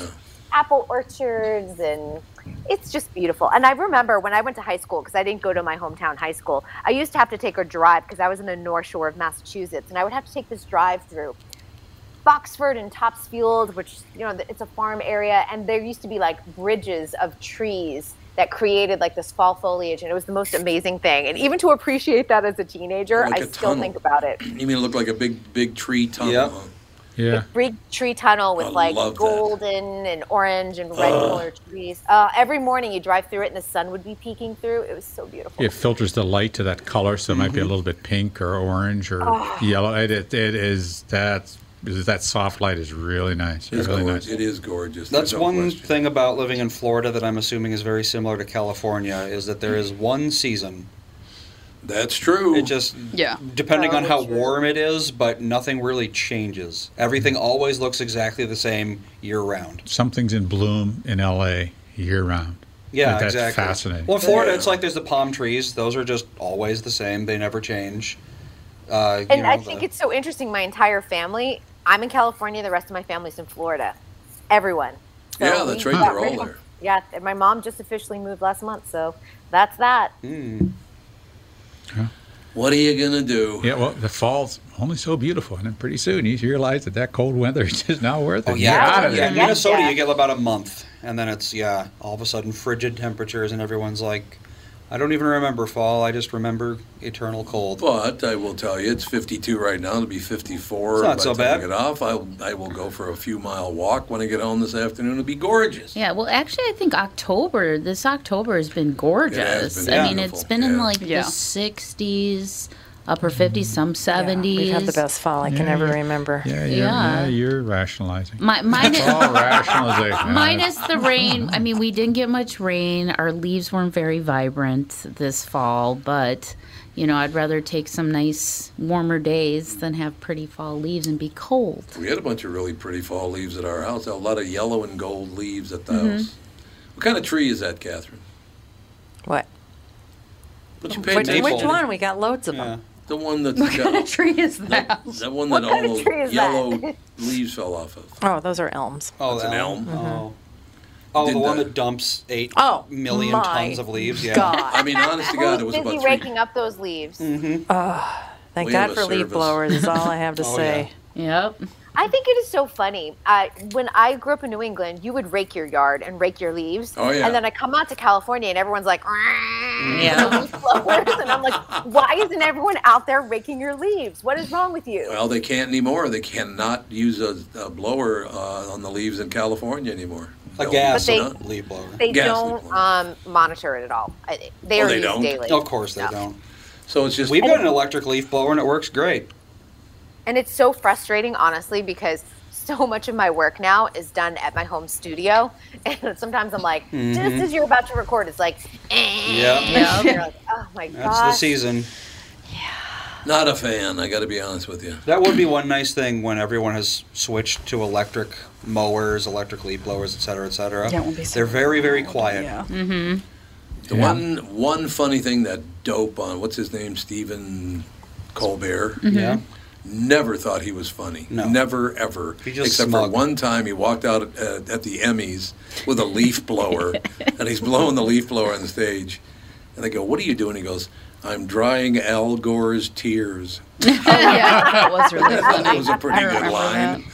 [SPEAKER 8] apple orchards and it's just beautiful. And I remember when I went to high school because I didn't go to my hometown high school. I used to have to take a drive because I was in the North Shore of Massachusetts and I would have to take this drive through Boxford and Topsfield, which you know it's a farm area, and there used to be like bridges of trees that created like this fall foliage, and it was the most amazing thing. And even to appreciate that as a teenager,
[SPEAKER 1] Like
[SPEAKER 8] I
[SPEAKER 1] a
[SPEAKER 8] still
[SPEAKER 1] tunnel.
[SPEAKER 8] think about it.
[SPEAKER 1] You mean it looked like a big, big tree tunnel? huh?
[SPEAKER 2] Yeah.
[SPEAKER 8] Big tree tunnel with
[SPEAKER 1] I
[SPEAKER 8] like
[SPEAKER 1] love that.
[SPEAKER 8] golden and orange and red
[SPEAKER 2] Ugh.
[SPEAKER 8] colored trees. Uh, every morning you drive through it, and the sun would be peeking through. It was so beautiful.
[SPEAKER 2] It filters the light to that color, so it might be a little bit pink or orange or
[SPEAKER 8] Oh.
[SPEAKER 2] yellow. It, it, it is that that soft light is really nice.
[SPEAKER 1] It's
[SPEAKER 2] really
[SPEAKER 1] gorgeous.
[SPEAKER 2] nice.
[SPEAKER 1] It is gorgeous.
[SPEAKER 6] That's
[SPEAKER 1] There's no
[SPEAKER 6] one
[SPEAKER 1] question.
[SPEAKER 6] thing about living in Florida that I'm assuming is very similar to California is that there is one season.
[SPEAKER 1] That's true.
[SPEAKER 6] It just
[SPEAKER 3] Yeah.
[SPEAKER 6] depending
[SPEAKER 8] Oh.
[SPEAKER 6] on how warm it is, but nothing really changes. Everything always looks exactly the same year round.
[SPEAKER 2] Something's in bloom in L.A. year round.
[SPEAKER 6] Yeah,
[SPEAKER 2] that's
[SPEAKER 6] exactly.
[SPEAKER 2] fascinating.
[SPEAKER 6] Well, in Florida, it's like there's the palm trees; those are just always the same; they never change. Uh, you
[SPEAKER 8] And I
[SPEAKER 6] know,
[SPEAKER 8] think
[SPEAKER 6] the-
[SPEAKER 8] it's so interesting. My entire family, I'm in California, the rest of my family's in Florida. Everyone. So
[SPEAKER 1] Yeah, that's
[SPEAKER 8] we
[SPEAKER 1] right,
[SPEAKER 8] got
[SPEAKER 1] they're all
[SPEAKER 8] rid of-
[SPEAKER 1] there.
[SPEAKER 8] Yeah, and my mom just officially moved last month, so that's that.
[SPEAKER 1] What are you gonna do?
[SPEAKER 2] Yeah, well, the fall's only so beautiful, and then pretty soon you realize that that cold weather is just not worth it.
[SPEAKER 6] Oh yeah,
[SPEAKER 2] Get out of
[SPEAKER 6] yeah.
[SPEAKER 2] there.
[SPEAKER 6] Minnesota, you get about a month, and then it's yeah, all of a sudden frigid temperatures, and everyone's like, I don't even remember fall. I just remember eternal cold.
[SPEAKER 1] But I will tell you, it's 52 right now. It'll be 54
[SPEAKER 6] It's not
[SPEAKER 1] by
[SPEAKER 6] so
[SPEAKER 1] the time I
[SPEAKER 6] bad.
[SPEAKER 1] get off. I will, I will go for a few mile walk when I get home this afternoon. It'll be gorgeous.
[SPEAKER 9] Yeah, well, actually, I think October, this October has been gorgeous.
[SPEAKER 1] been
[SPEAKER 9] I mean, it's
[SPEAKER 1] beautiful,
[SPEAKER 9] been in
[SPEAKER 1] yeah.
[SPEAKER 9] like
[SPEAKER 4] Yeah.
[SPEAKER 9] the 60s, upper 50s, some 70s.
[SPEAKER 4] We've had the best fall I can
[SPEAKER 9] Yeah,
[SPEAKER 4] ever
[SPEAKER 9] yeah.
[SPEAKER 4] remember.
[SPEAKER 2] Yeah, you're,
[SPEAKER 9] Yeah.
[SPEAKER 2] yeah, you're rationalizing.
[SPEAKER 9] My, mine,
[SPEAKER 2] It's all rationalization.
[SPEAKER 9] Minus the rain. I mean, we didn't get much rain. Our leaves weren't very vibrant this fall, but you know, I'd rather take some nice warmer days than have pretty fall leaves and be cold.
[SPEAKER 1] We had a bunch of really pretty fall leaves at our house. A lot of yellow and gold leaves at the
[SPEAKER 4] Mm-hmm.
[SPEAKER 9] Mhm.
[SPEAKER 1] house. What kind of tree is that, Catherine?
[SPEAKER 4] What?
[SPEAKER 1] What you paid
[SPEAKER 4] Which,
[SPEAKER 1] maple?
[SPEAKER 4] which one? We got loads of them.
[SPEAKER 1] The one that's
[SPEAKER 3] What
[SPEAKER 1] got-
[SPEAKER 3] kind of tree is that?
[SPEAKER 1] that one
[SPEAKER 4] What
[SPEAKER 1] that
[SPEAKER 4] kind of
[SPEAKER 1] all
[SPEAKER 4] tree
[SPEAKER 1] the
[SPEAKER 4] is that?
[SPEAKER 1] yellow leaves fell off of.
[SPEAKER 4] Oh, those are elms. Mm-hmm.
[SPEAKER 6] Oh,
[SPEAKER 1] That's
[SPEAKER 6] the
[SPEAKER 1] an
[SPEAKER 6] elm.
[SPEAKER 1] elm.
[SPEAKER 6] Oh, oh
[SPEAKER 1] Did
[SPEAKER 6] the one
[SPEAKER 1] the-
[SPEAKER 6] that dumps eight
[SPEAKER 4] Oh,
[SPEAKER 6] million
[SPEAKER 4] my
[SPEAKER 6] tons of leaves. Yeah.
[SPEAKER 4] God.
[SPEAKER 1] I mean, honest to
[SPEAKER 8] I
[SPEAKER 1] God,
[SPEAKER 8] was
[SPEAKER 1] it was
[SPEAKER 8] busy
[SPEAKER 1] about three.
[SPEAKER 8] raking up those leaves.
[SPEAKER 6] Mm-hmm.
[SPEAKER 4] Oh, thank
[SPEAKER 1] We have
[SPEAKER 4] God
[SPEAKER 1] a
[SPEAKER 4] for leaf
[SPEAKER 1] service.
[SPEAKER 4] blowers is all I have to
[SPEAKER 1] Oh,
[SPEAKER 4] say.
[SPEAKER 9] Yep.
[SPEAKER 8] I think it is so funny. Uh, when I grew up in New England, you would rake your yard and rake your leaves.
[SPEAKER 4] Oh, yeah.
[SPEAKER 8] And then I come out to California and everyone's like,
[SPEAKER 1] Mm-hmm. Yeah.
[SPEAKER 8] leaf blowers. And I'm like, why isn't everyone out there raking your leaves? What is wrong with you?
[SPEAKER 1] Well, they can't anymore. They cannot use a, a blower uh, on the leaves in California anymore.
[SPEAKER 6] A
[SPEAKER 1] They'll-
[SPEAKER 6] gas
[SPEAKER 8] But they-
[SPEAKER 6] leaf blower.
[SPEAKER 8] They
[SPEAKER 1] Gas
[SPEAKER 8] don't um, monitor it at all. I- They
[SPEAKER 1] Oh,
[SPEAKER 8] are
[SPEAKER 1] they
[SPEAKER 8] used
[SPEAKER 1] don't?
[SPEAKER 8] daily.
[SPEAKER 6] Of course they don't.
[SPEAKER 1] So it's just Oh.
[SPEAKER 6] we've got an electric leaf blower and it works great.
[SPEAKER 8] And it's so frustrating, honestly, because so much of my work now is done at my home studio. And sometimes I'm like, just
[SPEAKER 6] Mhm.
[SPEAKER 8] as you're about to record, it's like,
[SPEAKER 6] Yeah.
[SPEAKER 8] and you're like, oh my
[SPEAKER 6] That's the
[SPEAKER 8] gosh.
[SPEAKER 6] season.
[SPEAKER 1] Not a fan. I got to be honest with you.
[SPEAKER 6] That would be one nice thing when everyone has switched to electric mowers, electric leaf blowers, et cetera, et cetera.
[SPEAKER 1] Yeah, it won't be so
[SPEAKER 6] They're very, very quiet.
[SPEAKER 9] Mm-hmm.
[SPEAKER 1] The one one funny thing that dope on what's his name Stephen Colbert.
[SPEAKER 6] Mhm. Yeah.
[SPEAKER 1] Never thought he was funny. Never ever.
[SPEAKER 6] just
[SPEAKER 1] Except for
[SPEAKER 6] smug.
[SPEAKER 1] one time, he walked out at, at the Emmys with a leaf blower, and he's blowing the leaf blower on the stage. And they go, "What are you doing?" He goes, "I'm drying Al Gore's tears."
[SPEAKER 3] Oh, yeah, that was really
[SPEAKER 1] I thought
[SPEAKER 3] funny.
[SPEAKER 1] that was a pretty
[SPEAKER 3] I
[SPEAKER 1] good
[SPEAKER 3] remember
[SPEAKER 1] line.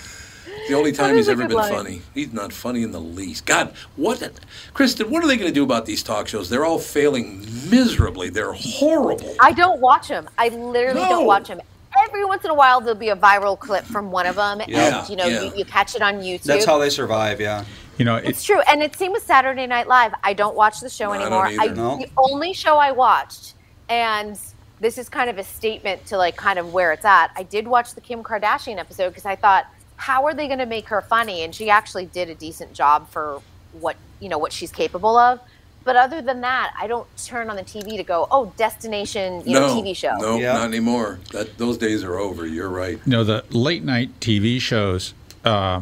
[SPEAKER 1] The only time
[SPEAKER 3] is
[SPEAKER 1] he's
[SPEAKER 3] a
[SPEAKER 1] ever
[SPEAKER 3] good
[SPEAKER 1] been
[SPEAKER 3] line.
[SPEAKER 1] funny. He's not funny in the least. God, what, Kristen? What are they going to do about these talk shows? They're all failing miserably. They're horrible.
[SPEAKER 8] I don't watch them. I literally don't watch them. Every once in a while, there'll be a viral clip from one of them,
[SPEAKER 6] Yeah,
[SPEAKER 8] and you know,
[SPEAKER 6] yeah.
[SPEAKER 8] you, you catch it on YouTube.
[SPEAKER 6] That's how they survive, yeah.
[SPEAKER 2] You know,
[SPEAKER 8] It's true, and it's same with Saturday Night Live. I don't watch the show
[SPEAKER 2] I don't
[SPEAKER 8] anymore.
[SPEAKER 2] either. No.
[SPEAKER 8] the only show I watched, and this is kind of a statement to like kind of where it's at. I did watch the Kim Kardashian episode because I thought, how are they going to make her funny? And she actually did a decent job for what you know what she's capable of. But other than that, I don't turn on the TV to go, oh, destination, you know,
[SPEAKER 1] no,
[SPEAKER 8] TV show.
[SPEAKER 1] No, not anymore. That those days are over. You're right.
[SPEAKER 2] you know the late night TV shows uh,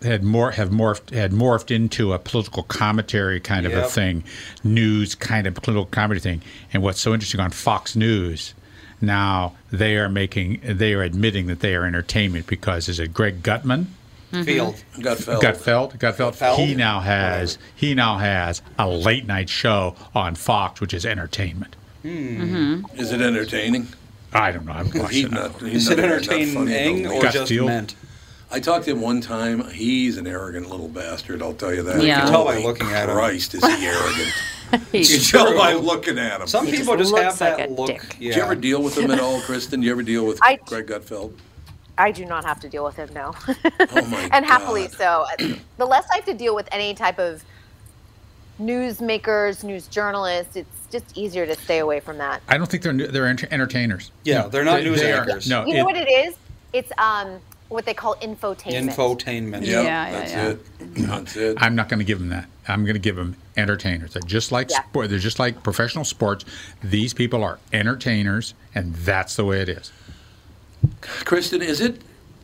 [SPEAKER 2] had more have morphed had morphed into a political commentary kind of a
[SPEAKER 11] Yep.
[SPEAKER 2] thing, news kind of political comedy thing. And what's so interesting on Fox News now they are making they are admitting that they are entertainment because is it Greg Gutman?
[SPEAKER 6] Mhm. Field. Gutfeld.
[SPEAKER 2] Gutfeld. Gutfeld.
[SPEAKER 6] Gutfeld.
[SPEAKER 2] He now has he now has a late night show on Fox, which is entertainment.
[SPEAKER 1] Hmm.
[SPEAKER 6] Mm-hmm.
[SPEAKER 1] Is it entertaining?
[SPEAKER 2] I don't know. I'm
[SPEAKER 1] He's
[SPEAKER 2] watching.
[SPEAKER 1] not,
[SPEAKER 2] it.
[SPEAKER 1] he's not- he's not funny, though.
[SPEAKER 2] Gus Steele?
[SPEAKER 1] I talked to him one time. He's an arrogant little bastard. I'll tell you that.
[SPEAKER 6] You can tell by
[SPEAKER 1] Holy
[SPEAKER 6] looking at him.
[SPEAKER 1] Christ, is he arrogant? you
[SPEAKER 6] He's
[SPEAKER 1] can tell
[SPEAKER 6] true.
[SPEAKER 1] by looking at him.
[SPEAKER 6] Some He people just just have looks like that a look, dick.
[SPEAKER 1] Do
[SPEAKER 6] yeah.
[SPEAKER 1] you ever deal with him at all, Kristen? Do you ever deal with
[SPEAKER 8] I-
[SPEAKER 1] Greg Gutfeld?
[SPEAKER 8] I do not have to deal with him now.
[SPEAKER 1] Oh my
[SPEAKER 8] and happily so. the less I have to deal with any type of newsmakers, news journalists, it's just easier to stay away from that.
[SPEAKER 2] I don't think they're they're enter- entertainers.
[SPEAKER 6] Yeah, they're not news
[SPEAKER 2] are-
[SPEAKER 6] anchors.
[SPEAKER 2] no,
[SPEAKER 8] you know what it is? It's um what they call infotainment.
[SPEAKER 6] Infotainment.
[SPEAKER 8] Yeah, Yeah, yeah, that's yeah.
[SPEAKER 1] it. That's it.
[SPEAKER 2] I'm not going to give them that. I'm going to give them entertainers. They're just like
[SPEAKER 8] Yeah.
[SPEAKER 2] sport. They're just like professional sports. These people are entertainers, and that's the way it is.
[SPEAKER 1] Kristen, is it?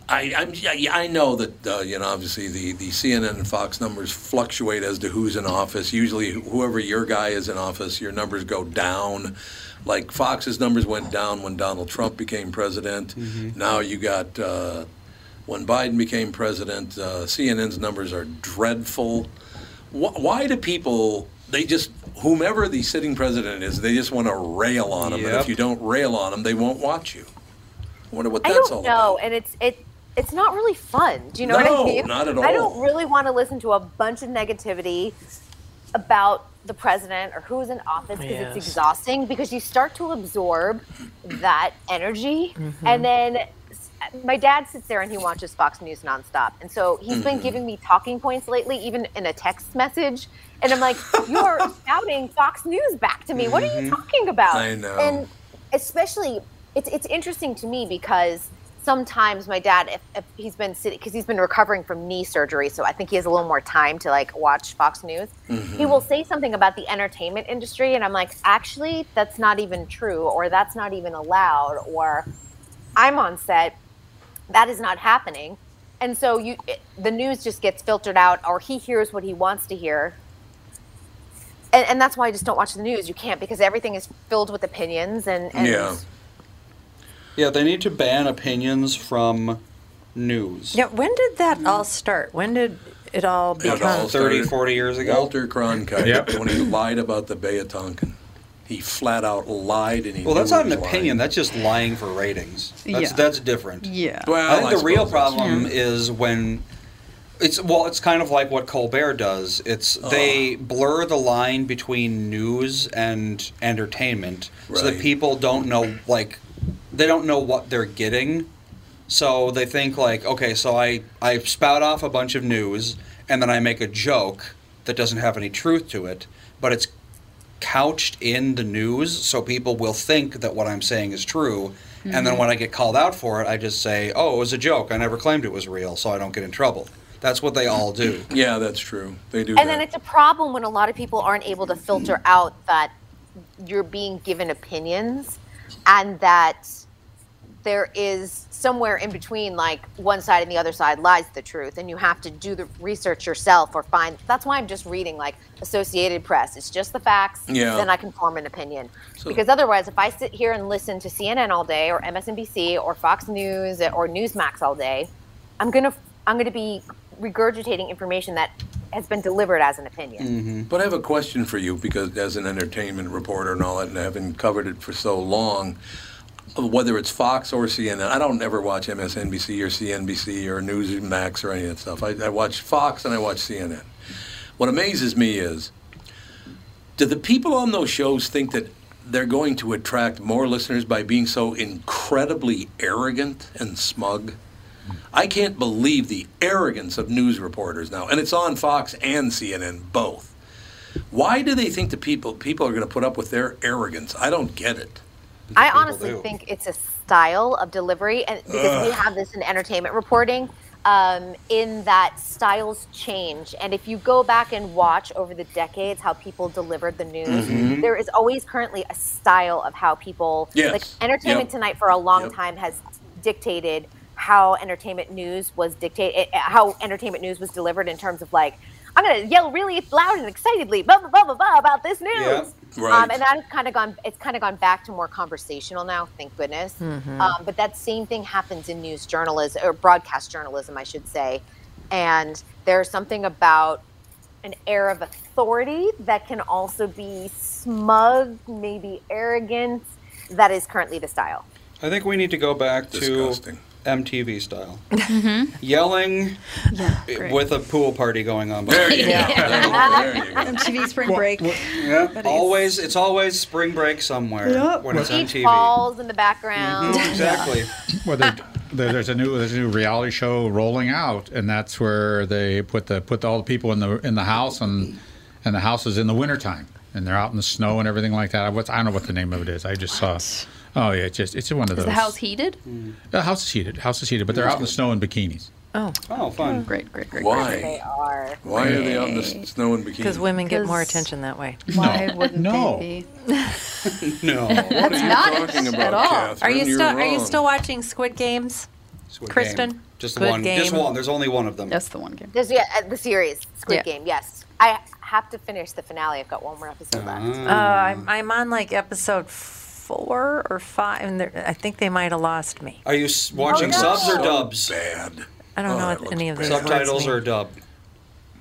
[SPEAKER 1] I, I'm, I- I know that uh, you know obviously the, the CNN and Fox numbers fluctuate as to who's in office. Usually, whoever your guy is in office, your numbers go down. Like Fox's numbers went down when Donald Trump became president. Now you got uh, when Biden became president. Uh, CNN's numbers are dreadful. Wh- why do people? They just whomever the sitting president is, they just want to rail on him. And if
[SPEAKER 6] Yep.
[SPEAKER 1] you don't rail on them, they won't watch you. I wonder what
[SPEAKER 8] I
[SPEAKER 1] that's all
[SPEAKER 8] don't
[SPEAKER 1] about.
[SPEAKER 8] know, and it's it it's not really fun. Do you know what
[SPEAKER 1] No,
[SPEAKER 8] I mean?
[SPEAKER 1] not at all.
[SPEAKER 8] I don't really want to listen to a bunch of negativity about the president or who's in office because
[SPEAKER 12] Yes.
[SPEAKER 8] it's exhausting because you start to absorb that energy and then s- my dad sits there and he watches Fox News nonstop. And so he's been
[SPEAKER 1] Mm-hmm.
[SPEAKER 12] Mhm.
[SPEAKER 8] giving me talking points lately, even in a text message. And I'm like, you're shouting Fox News back to me. What are you
[SPEAKER 12] Mhm.
[SPEAKER 8] talking about?
[SPEAKER 12] I know.
[SPEAKER 8] And especially it's it's interesting to me because sometimes my dad if, if he's been sitting because he's been recovering from knee surgery so i think he has a little more time to like watch fox news
[SPEAKER 12] Mm-hmm.
[SPEAKER 8] he will say something about the entertainment industry and i'm like actually that's not even true or that's not even allowed or i'm on set that is not happening and so you it, the news just gets filtered out or he hears what he wants to hear and, and that's why i just don't watch the news you can't because everything is filled with opinions and, and
[SPEAKER 6] Yeah, they need to ban opinions from news.
[SPEAKER 4] Yeah, when did that all start? When did it all become?
[SPEAKER 6] 30, 40 years ago.
[SPEAKER 1] Walter Cronkite, when he lied about the Bay of Tonkin. He flat out lied and he
[SPEAKER 6] Well, that's
[SPEAKER 1] knew
[SPEAKER 6] not
[SPEAKER 1] he
[SPEAKER 6] an
[SPEAKER 1] was
[SPEAKER 6] opinion. That's just lying for ratings. That's
[SPEAKER 1] Yeah.
[SPEAKER 6] that's different.
[SPEAKER 1] Yeah.
[SPEAKER 6] I think
[SPEAKER 1] Well, I
[SPEAKER 6] the real
[SPEAKER 1] suppose that's
[SPEAKER 6] problem
[SPEAKER 1] true.
[SPEAKER 6] is when it's well, it's kind of like what Colbert does. It's they
[SPEAKER 1] Oh.
[SPEAKER 6] blur the line between news and entertainment, so that
[SPEAKER 1] Right.
[SPEAKER 6] people don't know like they don't know what they're getting. So they think like, okay, so I I spout off a bunch of news and then I make a joke that doesn't have any truth to it, but it's couched in the news so people will think that what I'm saying is true. And then
[SPEAKER 11] Mhm.
[SPEAKER 6] when I get called out for it, I just say, oh, it was a joke. I never claimed it was real, so I don't get in trouble. That's what they all do.
[SPEAKER 1] yeah, that's true. They do.
[SPEAKER 8] and then it's a problem when a lot of people aren't able to filter out that you're being given opinions and that there is somewhere in between like one side and the other side lies the truth and you have to do the research yourself or find that's why i'm just reading like associated press it's just the facts
[SPEAKER 12] Yeah.
[SPEAKER 8] then i can form an opinion
[SPEAKER 12] So-
[SPEAKER 8] because otherwise if i sit here and listen to cnn all day or msnbc or fox news or newsmax all day i'm gonna i'm gonna be regurgitating information that has been delivered as an opinion
[SPEAKER 1] But I have a question for you because, as an entertainment reporter and all that, and having covered it for so long, whether it's Fox or CNN, I don't ever watch MSNBC or CNBC or Newsmax or any of that stuff. I, I watch Fox and I watch CNN. What amazes me is do the people on those shows think that they're going to attract more listeners by being so incredibly arrogant and smug? I can't believe the arrogance of news reporters now, and it's on Fox and CNN both. Why do they think the people people are going to put up with their arrogance? I don't get it.
[SPEAKER 8] I honestly
[SPEAKER 1] do.
[SPEAKER 8] think it's a style of delivery, and because we
[SPEAKER 1] Ugh.
[SPEAKER 8] have this in entertainment reporting, um, in that styles change. And if you go back and watch over the decades how people delivered the news,
[SPEAKER 5] Mhm.
[SPEAKER 8] there is always currently a style of how people
[SPEAKER 5] Yes.
[SPEAKER 8] like entertainment
[SPEAKER 5] Yep.
[SPEAKER 8] tonight for a long
[SPEAKER 5] Yep.
[SPEAKER 8] time has dictated how entertainment news was dictated, how entertainment news was delivered in terms of like. I'm gonna yell really loud and excitedly, blah blah blah blah, blah about this news.
[SPEAKER 5] Right.
[SPEAKER 8] Um, and that's kind of gone. It's kind of gone back to more conversational now. Thank goodness.
[SPEAKER 5] Mhm.
[SPEAKER 8] Um, but that same thing happens in news journalism or broadcast journalism, I should say. And there's something about an air of authority that can also be smug, maybe arrogant. That is currently the style.
[SPEAKER 6] I think we need to go back to MTV style.
[SPEAKER 8] Mm-hmm.
[SPEAKER 6] Yelling
[SPEAKER 3] great.
[SPEAKER 6] with a pool party going on.
[SPEAKER 1] There you
[SPEAKER 3] MTV Spring Break.
[SPEAKER 6] Yep. Always, it's always spring break somewhere
[SPEAKER 3] Yep.
[SPEAKER 6] when it's on
[SPEAKER 8] Beach
[SPEAKER 6] TV.
[SPEAKER 8] balls in the background.
[SPEAKER 6] Mm-hmm, Exactly.
[SPEAKER 2] Well, there, there- there's a new there's a new reality show rolling out, and that's where they put the put all the people in the in the house, and and the house is in the wintertime, and they're out in the snow and everything like that. What's I don't know what the name of it is. I just saw. Oh yeah, it's just it's one of
[SPEAKER 3] Is
[SPEAKER 2] those.
[SPEAKER 3] the house heated?
[SPEAKER 6] Hmm.
[SPEAKER 2] The house is heated. House is heated, but they're out in the snow in bikinis.
[SPEAKER 4] Oh.
[SPEAKER 6] Oh, fun.
[SPEAKER 3] Great, great, great.
[SPEAKER 1] Why?
[SPEAKER 3] Great.
[SPEAKER 8] are.
[SPEAKER 1] Why are they out in the s- snow and bikinis?
[SPEAKER 4] Because women get more
[SPEAKER 3] 'Cause-
[SPEAKER 4] attention that way.
[SPEAKER 3] Why wouldn't
[SPEAKER 1] No.
[SPEAKER 3] they be?
[SPEAKER 6] No.
[SPEAKER 1] What
[SPEAKER 4] That's
[SPEAKER 1] are you
[SPEAKER 4] not it
[SPEAKER 1] talking about,
[SPEAKER 4] at all.
[SPEAKER 1] Catherine?
[SPEAKER 4] Are you
[SPEAKER 1] You're
[SPEAKER 4] still Are you
[SPEAKER 1] wrong.
[SPEAKER 4] still watching Squid Games?
[SPEAKER 6] Squid
[SPEAKER 4] Kristen,
[SPEAKER 6] Game. Just
[SPEAKER 4] Squid
[SPEAKER 6] one. Just
[SPEAKER 4] Game.
[SPEAKER 6] one. There's only one of them.
[SPEAKER 3] That's the one game.
[SPEAKER 8] There's yeah, uh, the series Squid
[SPEAKER 4] Yeah.
[SPEAKER 8] Game. Yes, I have to finish the finale. I've got one more episode
[SPEAKER 1] Uh-huh.
[SPEAKER 8] left.
[SPEAKER 4] Uh,
[SPEAKER 6] Ah.
[SPEAKER 4] I'm I'm on like episode four or five, and they're- I think they might have lost me.
[SPEAKER 6] Are you s- watching
[SPEAKER 4] Oh, no.
[SPEAKER 6] subs or
[SPEAKER 4] So
[SPEAKER 6] dubs?
[SPEAKER 1] Bad. Oh,
[SPEAKER 4] I don't know what any of those words
[SPEAKER 6] Subtitles
[SPEAKER 4] mean.
[SPEAKER 6] or dub?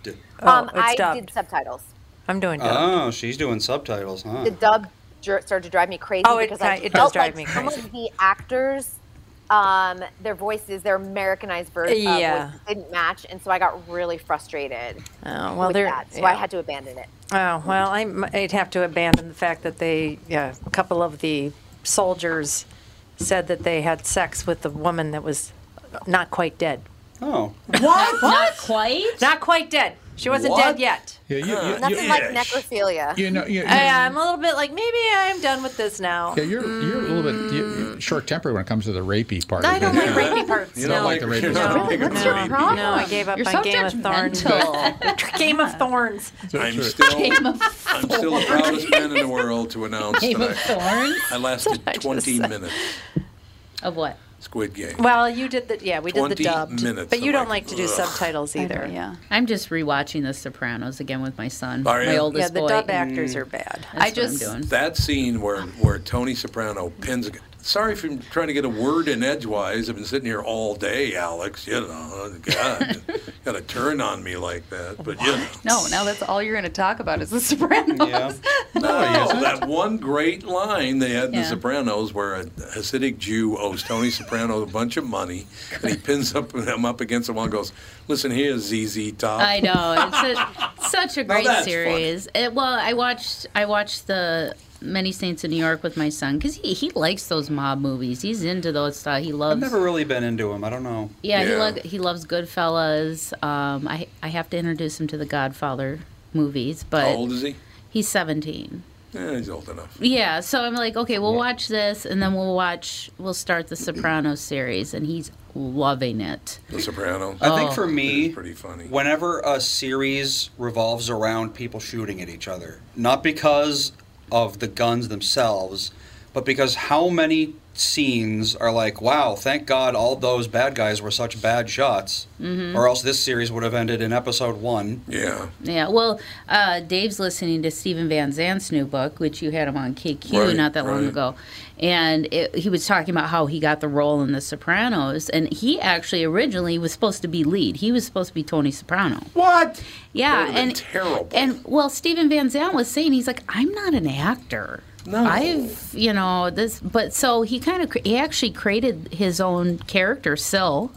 [SPEAKER 6] D-
[SPEAKER 8] um,
[SPEAKER 4] Oh, it's
[SPEAKER 8] I
[SPEAKER 4] dubbed.
[SPEAKER 8] did subtitles.
[SPEAKER 4] I'm doing dub.
[SPEAKER 6] Oh, she's doing subtitles, huh?
[SPEAKER 8] The dub dr- started to drive me crazy
[SPEAKER 4] Oh, it
[SPEAKER 8] because I
[SPEAKER 4] ki- it
[SPEAKER 8] felt
[SPEAKER 4] does drive
[SPEAKER 8] like
[SPEAKER 4] me
[SPEAKER 8] some of the actors, um, their voices, their Americanized version,
[SPEAKER 4] Yeah.
[SPEAKER 8] didn't match, and so I got really frustrated.
[SPEAKER 4] Oh, well,
[SPEAKER 8] with
[SPEAKER 4] they're-
[SPEAKER 8] that, so
[SPEAKER 4] yeah.
[SPEAKER 8] I had to abandon it.
[SPEAKER 4] Oh well, I, m- I'd have to abandon the fact that they, yeah, a couple of the soldiers said that they had sex with the woman that was not quite dead.
[SPEAKER 6] Oh.
[SPEAKER 4] What?
[SPEAKER 9] Not quite.
[SPEAKER 4] Not quite dead. She wasn't
[SPEAKER 9] What?
[SPEAKER 4] dead yet.
[SPEAKER 2] Yeah, you, you,
[SPEAKER 4] Nothing
[SPEAKER 2] you-
[SPEAKER 4] like
[SPEAKER 2] yeah.
[SPEAKER 8] necrophilia.
[SPEAKER 2] You know, you- you-
[SPEAKER 4] I, I'm a little bit like maybe I'm done with this now.
[SPEAKER 2] Yeah, you're you're a little bit you- short-tempered when it comes to the rapey part.
[SPEAKER 4] I
[SPEAKER 2] of
[SPEAKER 4] don't
[SPEAKER 2] it.
[SPEAKER 4] like rapey parts.
[SPEAKER 2] You
[SPEAKER 4] no.
[SPEAKER 2] don't like the rapey
[SPEAKER 4] No,
[SPEAKER 3] Mm-hmm.
[SPEAKER 2] part.
[SPEAKER 4] no, no, I gave up
[SPEAKER 3] You're
[SPEAKER 4] on
[SPEAKER 3] so
[SPEAKER 4] Game of Thorns.
[SPEAKER 3] judgmental.
[SPEAKER 4] Game of Thorns.
[SPEAKER 1] I'm still,
[SPEAKER 4] Game of
[SPEAKER 1] I'm still the proudest man in the world to announce
[SPEAKER 4] Game of
[SPEAKER 1] that I, I lasted 20 minutes.
[SPEAKER 9] Of what?
[SPEAKER 1] Squid Game.
[SPEAKER 4] Well, you did the yeah, we did the
[SPEAKER 1] 20
[SPEAKER 4] dubbed,
[SPEAKER 1] minutes.
[SPEAKER 4] but you
[SPEAKER 1] I'm
[SPEAKER 4] don't
[SPEAKER 1] like,
[SPEAKER 4] like to do
[SPEAKER 1] ugh.
[SPEAKER 4] subtitles
[SPEAKER 9] I
[SPEAKER 4] either.
[SPEAKER 9] don't- yeah. I'm just rewatching The Sopranos again with my son.
[SPEAKER 1] Are
[SPEAKER 9] My
[SPEAKER 1] you?
[SPEAKER 9] oldest
[SPEAKER 4] Yeah, the
[SPEAKER 9] boy.
[SPEAKER 4] dub actors
[SPEAKER 9] Mm.
[SPEAKER 4] are bad.
[SPEAKER 9] That's what I'm doing.
[SPEAKER 1] that scene where where Tony Soprano pins. a g- Sorry for trying to get a word in edgewise. I've been sitting here all day, Alex. You know, God, got to turn on me like that. But you know,
[SPEAKER 3] No, now that's all you're going to talk about is The Sopranos.
[SPEAKER 1] no, that one great line they had in The
[SPEAKER 3] Yeah.
[SPEAKER 1] Sopranos, where a Hasidic Jew owes Tony Soprano a bunch of money, and he pins up him up against the wall and goes, "Listen here, ZZ Top."
[SPEAKER 9] I know. It's a, such a
[SPEAKER 1] Now
[SPEAKER 9] great
[SPEAKER 1] Oh. that's
[SPEAKER 9] series. It, well, I watched I watched the Many Saints in New York with my son because he, he likes those mob movies. He's into those stuff. He
[SPEAKER 6] I've
[SPEAKER 9] loves.
[SPEAKER 6] never really been into him. I don't know.
[SPEAKER 9] yeah, he lo- he loves Goodfellas. Um, I I have to introduce him to the Godfather movies, but
[SPEAKER 1] How old is he?
[SPEAKER 9] he's seventeen.
[SPEAKER 1] Yeah, he's old enough.
[SPEAKER 9] Yeah, so I'm like, okay, we'll watch this, and then we'll watch, we'll start the Sopranos series, and he's loving it.
[SPEAKER 1] The Sopranos.
[SPEAKER 6] I
[SPEAKER 9] Oh.
[SPEAKER 6] think for me,
[SPEAKER 1] pretty funny.
[SPEAKER 6] whenever a series revolves around people shooting at each other, not because of the guns themselves, but because how many scenes are like, wow, thank God all those bad guys were such bad shots,
[SPEAKER 9] Mhm.
[SPEAKER 6] or else this series would have ended in episode one.
[SPEAKER 1] Yeah.
[SPEAKER 9] Yeah, well, uh, Dave's listening to Stephen Van Zandt's new book, which you had him on KQ
[SPEAKER 6] Right,
[SPEAKER 9] not that long
[SPEAKER 6] right.
[SPEAKER 9] ago, and it, he was talking about how he got the role in The Sopranos, and he actually originally was supposed to be lead. He was supposed to be Tony Soprano.
[SPEAKER 1] What?
[SPEAKER 9] Yeah,
[SPEAKER 5] That would've been
[SPEAKER 9] and
[SPEAKER 1] terrible.
[SPEAKER 9] And well, Stephen Van Zandt was saying he's like, I'm not an actor.
[SPEAKER 5] No.
[SPEAKER 9] I've you know this, but so he kind of he actually created his own character, Syl,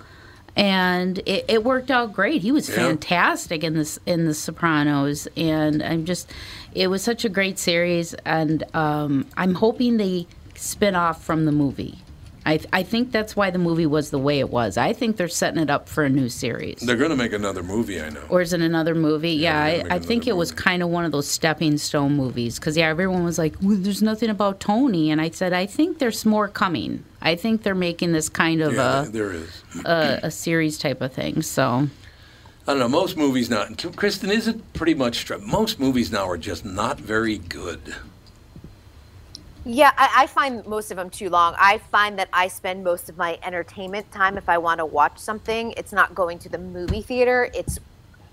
[SPEAKER 9] and it, it worked out great. He was
[SPEAKER 5] Yeah.
[SPEAKER 9] fantastic in this in the Sopranos, and I'm just it was such a great series, and um, I'm hoping they spin off from the movie. I, th- I think that's why the movie was the way it was. I think they're setting it up for a new series.
[SPEAKER 1] They're going to make another movie, I know.
[SPEAKER 9] Or is it another movie? Yeah,
[SPEAKER 1] they're making
[SPEAKER 9] I, I think it was kind of one of those stepping stone movies because, yeah, everyone was like, well, there's nothing about Tony. And I said, I think there's more coming. I think they're making this kind of
[SPEAKER 1] yeah,
[SPEAKER 9] uh, a,
[SPEAKER 1] there is.
[SPEAKER 9] a, a series type of thing. So,
[SPEAKER 1] I don't know. Most movies now, Kristen, is it pretty much? str- Most movies now are just not very good.
[SPEAKER 8] Yeah, I, I find most of them too long. I find that I spend most of my entertainment time if I want to watch something. It's not going to the movie theater. It's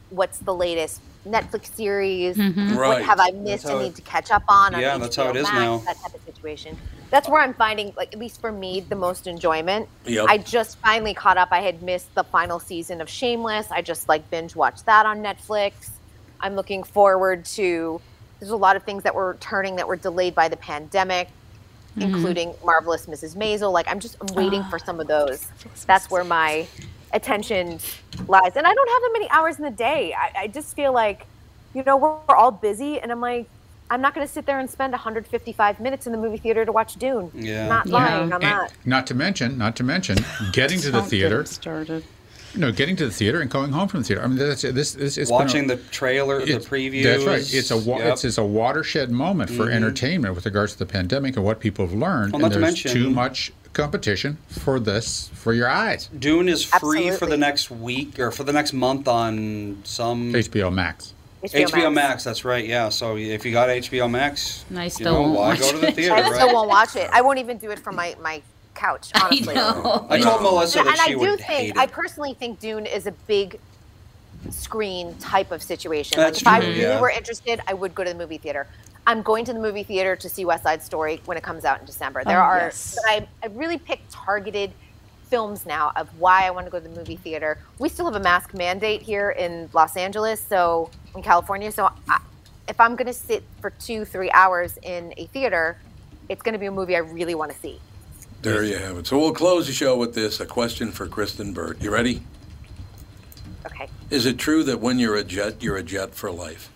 [SPEAKER 8] what's the latest Netflix series?
[SPEAKER 6] Mhm.
[SPEAKER 8] What
[SPEAKER 6] Right.
[SPEAKER 8] have I missed?
[SPEAKER 6] That's how
[SPEAKER 8] I
[SPEAKER 6] it-
[SPEAKER 8] need to catch up on. on
[SPEAKER 6] Yeah, that's
[SPEAKER 8] HBO
[SPEAKER 6] how it is
[SPEAKER 8] Max,
[SPEAKER 6] now.
[SPEAKER 8] That type of situation. That's where I'm finding, like at least for me, the most enjoyment.
[SPEAKER 6] Yep.
[SPEAKER 8] I just finally caught up. I had missed the final season of Shameless. I just like binge watched that on Netflix. I'm looking forward to. There's a lot of things that were returning that were delayed by the pandemic,
[SPEAKER 9] Mhm.
[SPEAKER 6] Mm-hmm.
[SPEAKER 3] Mm-hmm.
[SPEAKER 8] including Marvelous Mrs. Maisel. Like I'm just I'm waiting for some of those. That's where my attention lies, and I don't have that many hours in the day. I, I just feel like, you know, we're, we're all busy, and I'm like. I'm not going to sit there and spend 155 minutes in the movie theater to watch Dune. Not lying on
[SPEAKER 2] And
[SPEAKER 8] that.
[SPEAKER 2] Not to mention, not to mention, getting to the
[SPEAKER 8] Sounds good.
[SPEAKER 2] theater.
[SPEAKER 9] Started.
[SPEAKER 2] No, getting to the theater and going home from the theater. I mean, that's, this, this it's been a-
[SPEAKER 6] Watching the trailer, the previews.
[SPEAKER 2] That's right. It's a wa-
[SPEAKER 6] Yep.
[SPEAKER 2] it's, it's a watershed moment for
[SPEAKER 6] Mhm.
[SPEAKER 2] entertainment with regards to the pandemic and what people have learned.
[SPEAKER 6] Well, not
[SPEAKER 2] and
[SPEAKER 6] to
[SPEAKER 2] there's
[SPEAKER 6] mention-
[SPEAKER 2] too much competition for this for your eyes.
[SPEAKER 6] Dune is free for the next week or for the next month on some
[SPEAKER 2] HBO Max.
[SPEAKER 6] HBO, Max. That's right. Yeah. So if you got HBO Max,
[SPEAKER 9] And I
[SPEAKER 6] you
[SPEAKER 9] still
[SPEAKER 6] know,
[SPEAKER 9] won't
[SPEAKER 6] why
[SPEAKER 9] watch
[SPEAKER 6] go to the
[SPEAKER 9] it.
[SPEAKER 6] theater?
[SPEAKER 8] I just still
[SPEAKER 6] right?
[SPEAKER 8] won't watch it. I won't even do it from my, my couch, honestly.
[SPEAKER 6] I told Melissa
[SPEAKER 8] and,
[SPEAKER 6] that
[SPEAKER 8] and I
[SPEAKER 6] she
[SPEAKER 8] do
[SPEAKER 6] would
[SPEAKER 8] think,
[SPEAKER 6] hate it.
[SPEAKER 8] I personally think Dune is a big screen type of situation.
[SPEAKER 6] That's
[SPEAKER 8] like, if I
[SPEAKER 6] true,
[SPEAKER 8] really
[SPEAKER 6] yeah.
[SPEAKER 8] were interested, I would go to the movie theater. I'm going to the movie theater to see West Side Story when it comes out in December. There
[SPEAKER 11] Oh,
[SPEAKER 8] are,
[SPEAKER 11] yes.
[SPEAKER 8] but I, I really pick targeted films now of why I want to go to the movie theater. We still have a mask mandate here in Los Angeles, so in California. So I, if I'm going to sit for two, three hours in a theater, it's going to be a movie I really want to see.
[SPEAKER 1] There you have it. So we'll close the show with this: a question for Kristen Burt. You ready?
[SPEAKER 8] Okay.
[SPEAKER 1] Is it true that when you're a jet, you're a jet for life?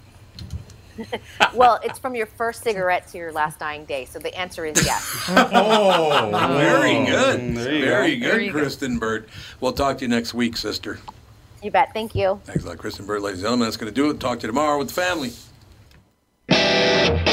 [SPEAKER 8] well, it's from your first cigarette to your last dying day. So the answer is yes.
[SPEAKER 1] Oh, very good,
[SPEAKER 6] Mm, there you
[SPEAKER 1] very
[SPEAKER 6] go.
[SPEAKER 1] good,
[SPEAKER 6] There you go.
[SPEAKER 1] Kristen Burt. We'll talk to you next week, sister.
[SPEAKER 8] you bet. Thank you.
[SPEAKER 1] Thanks a lot, Kristen Burt, ladies and gentlemen. That's going to do it. Talk to you tomorrow with the family.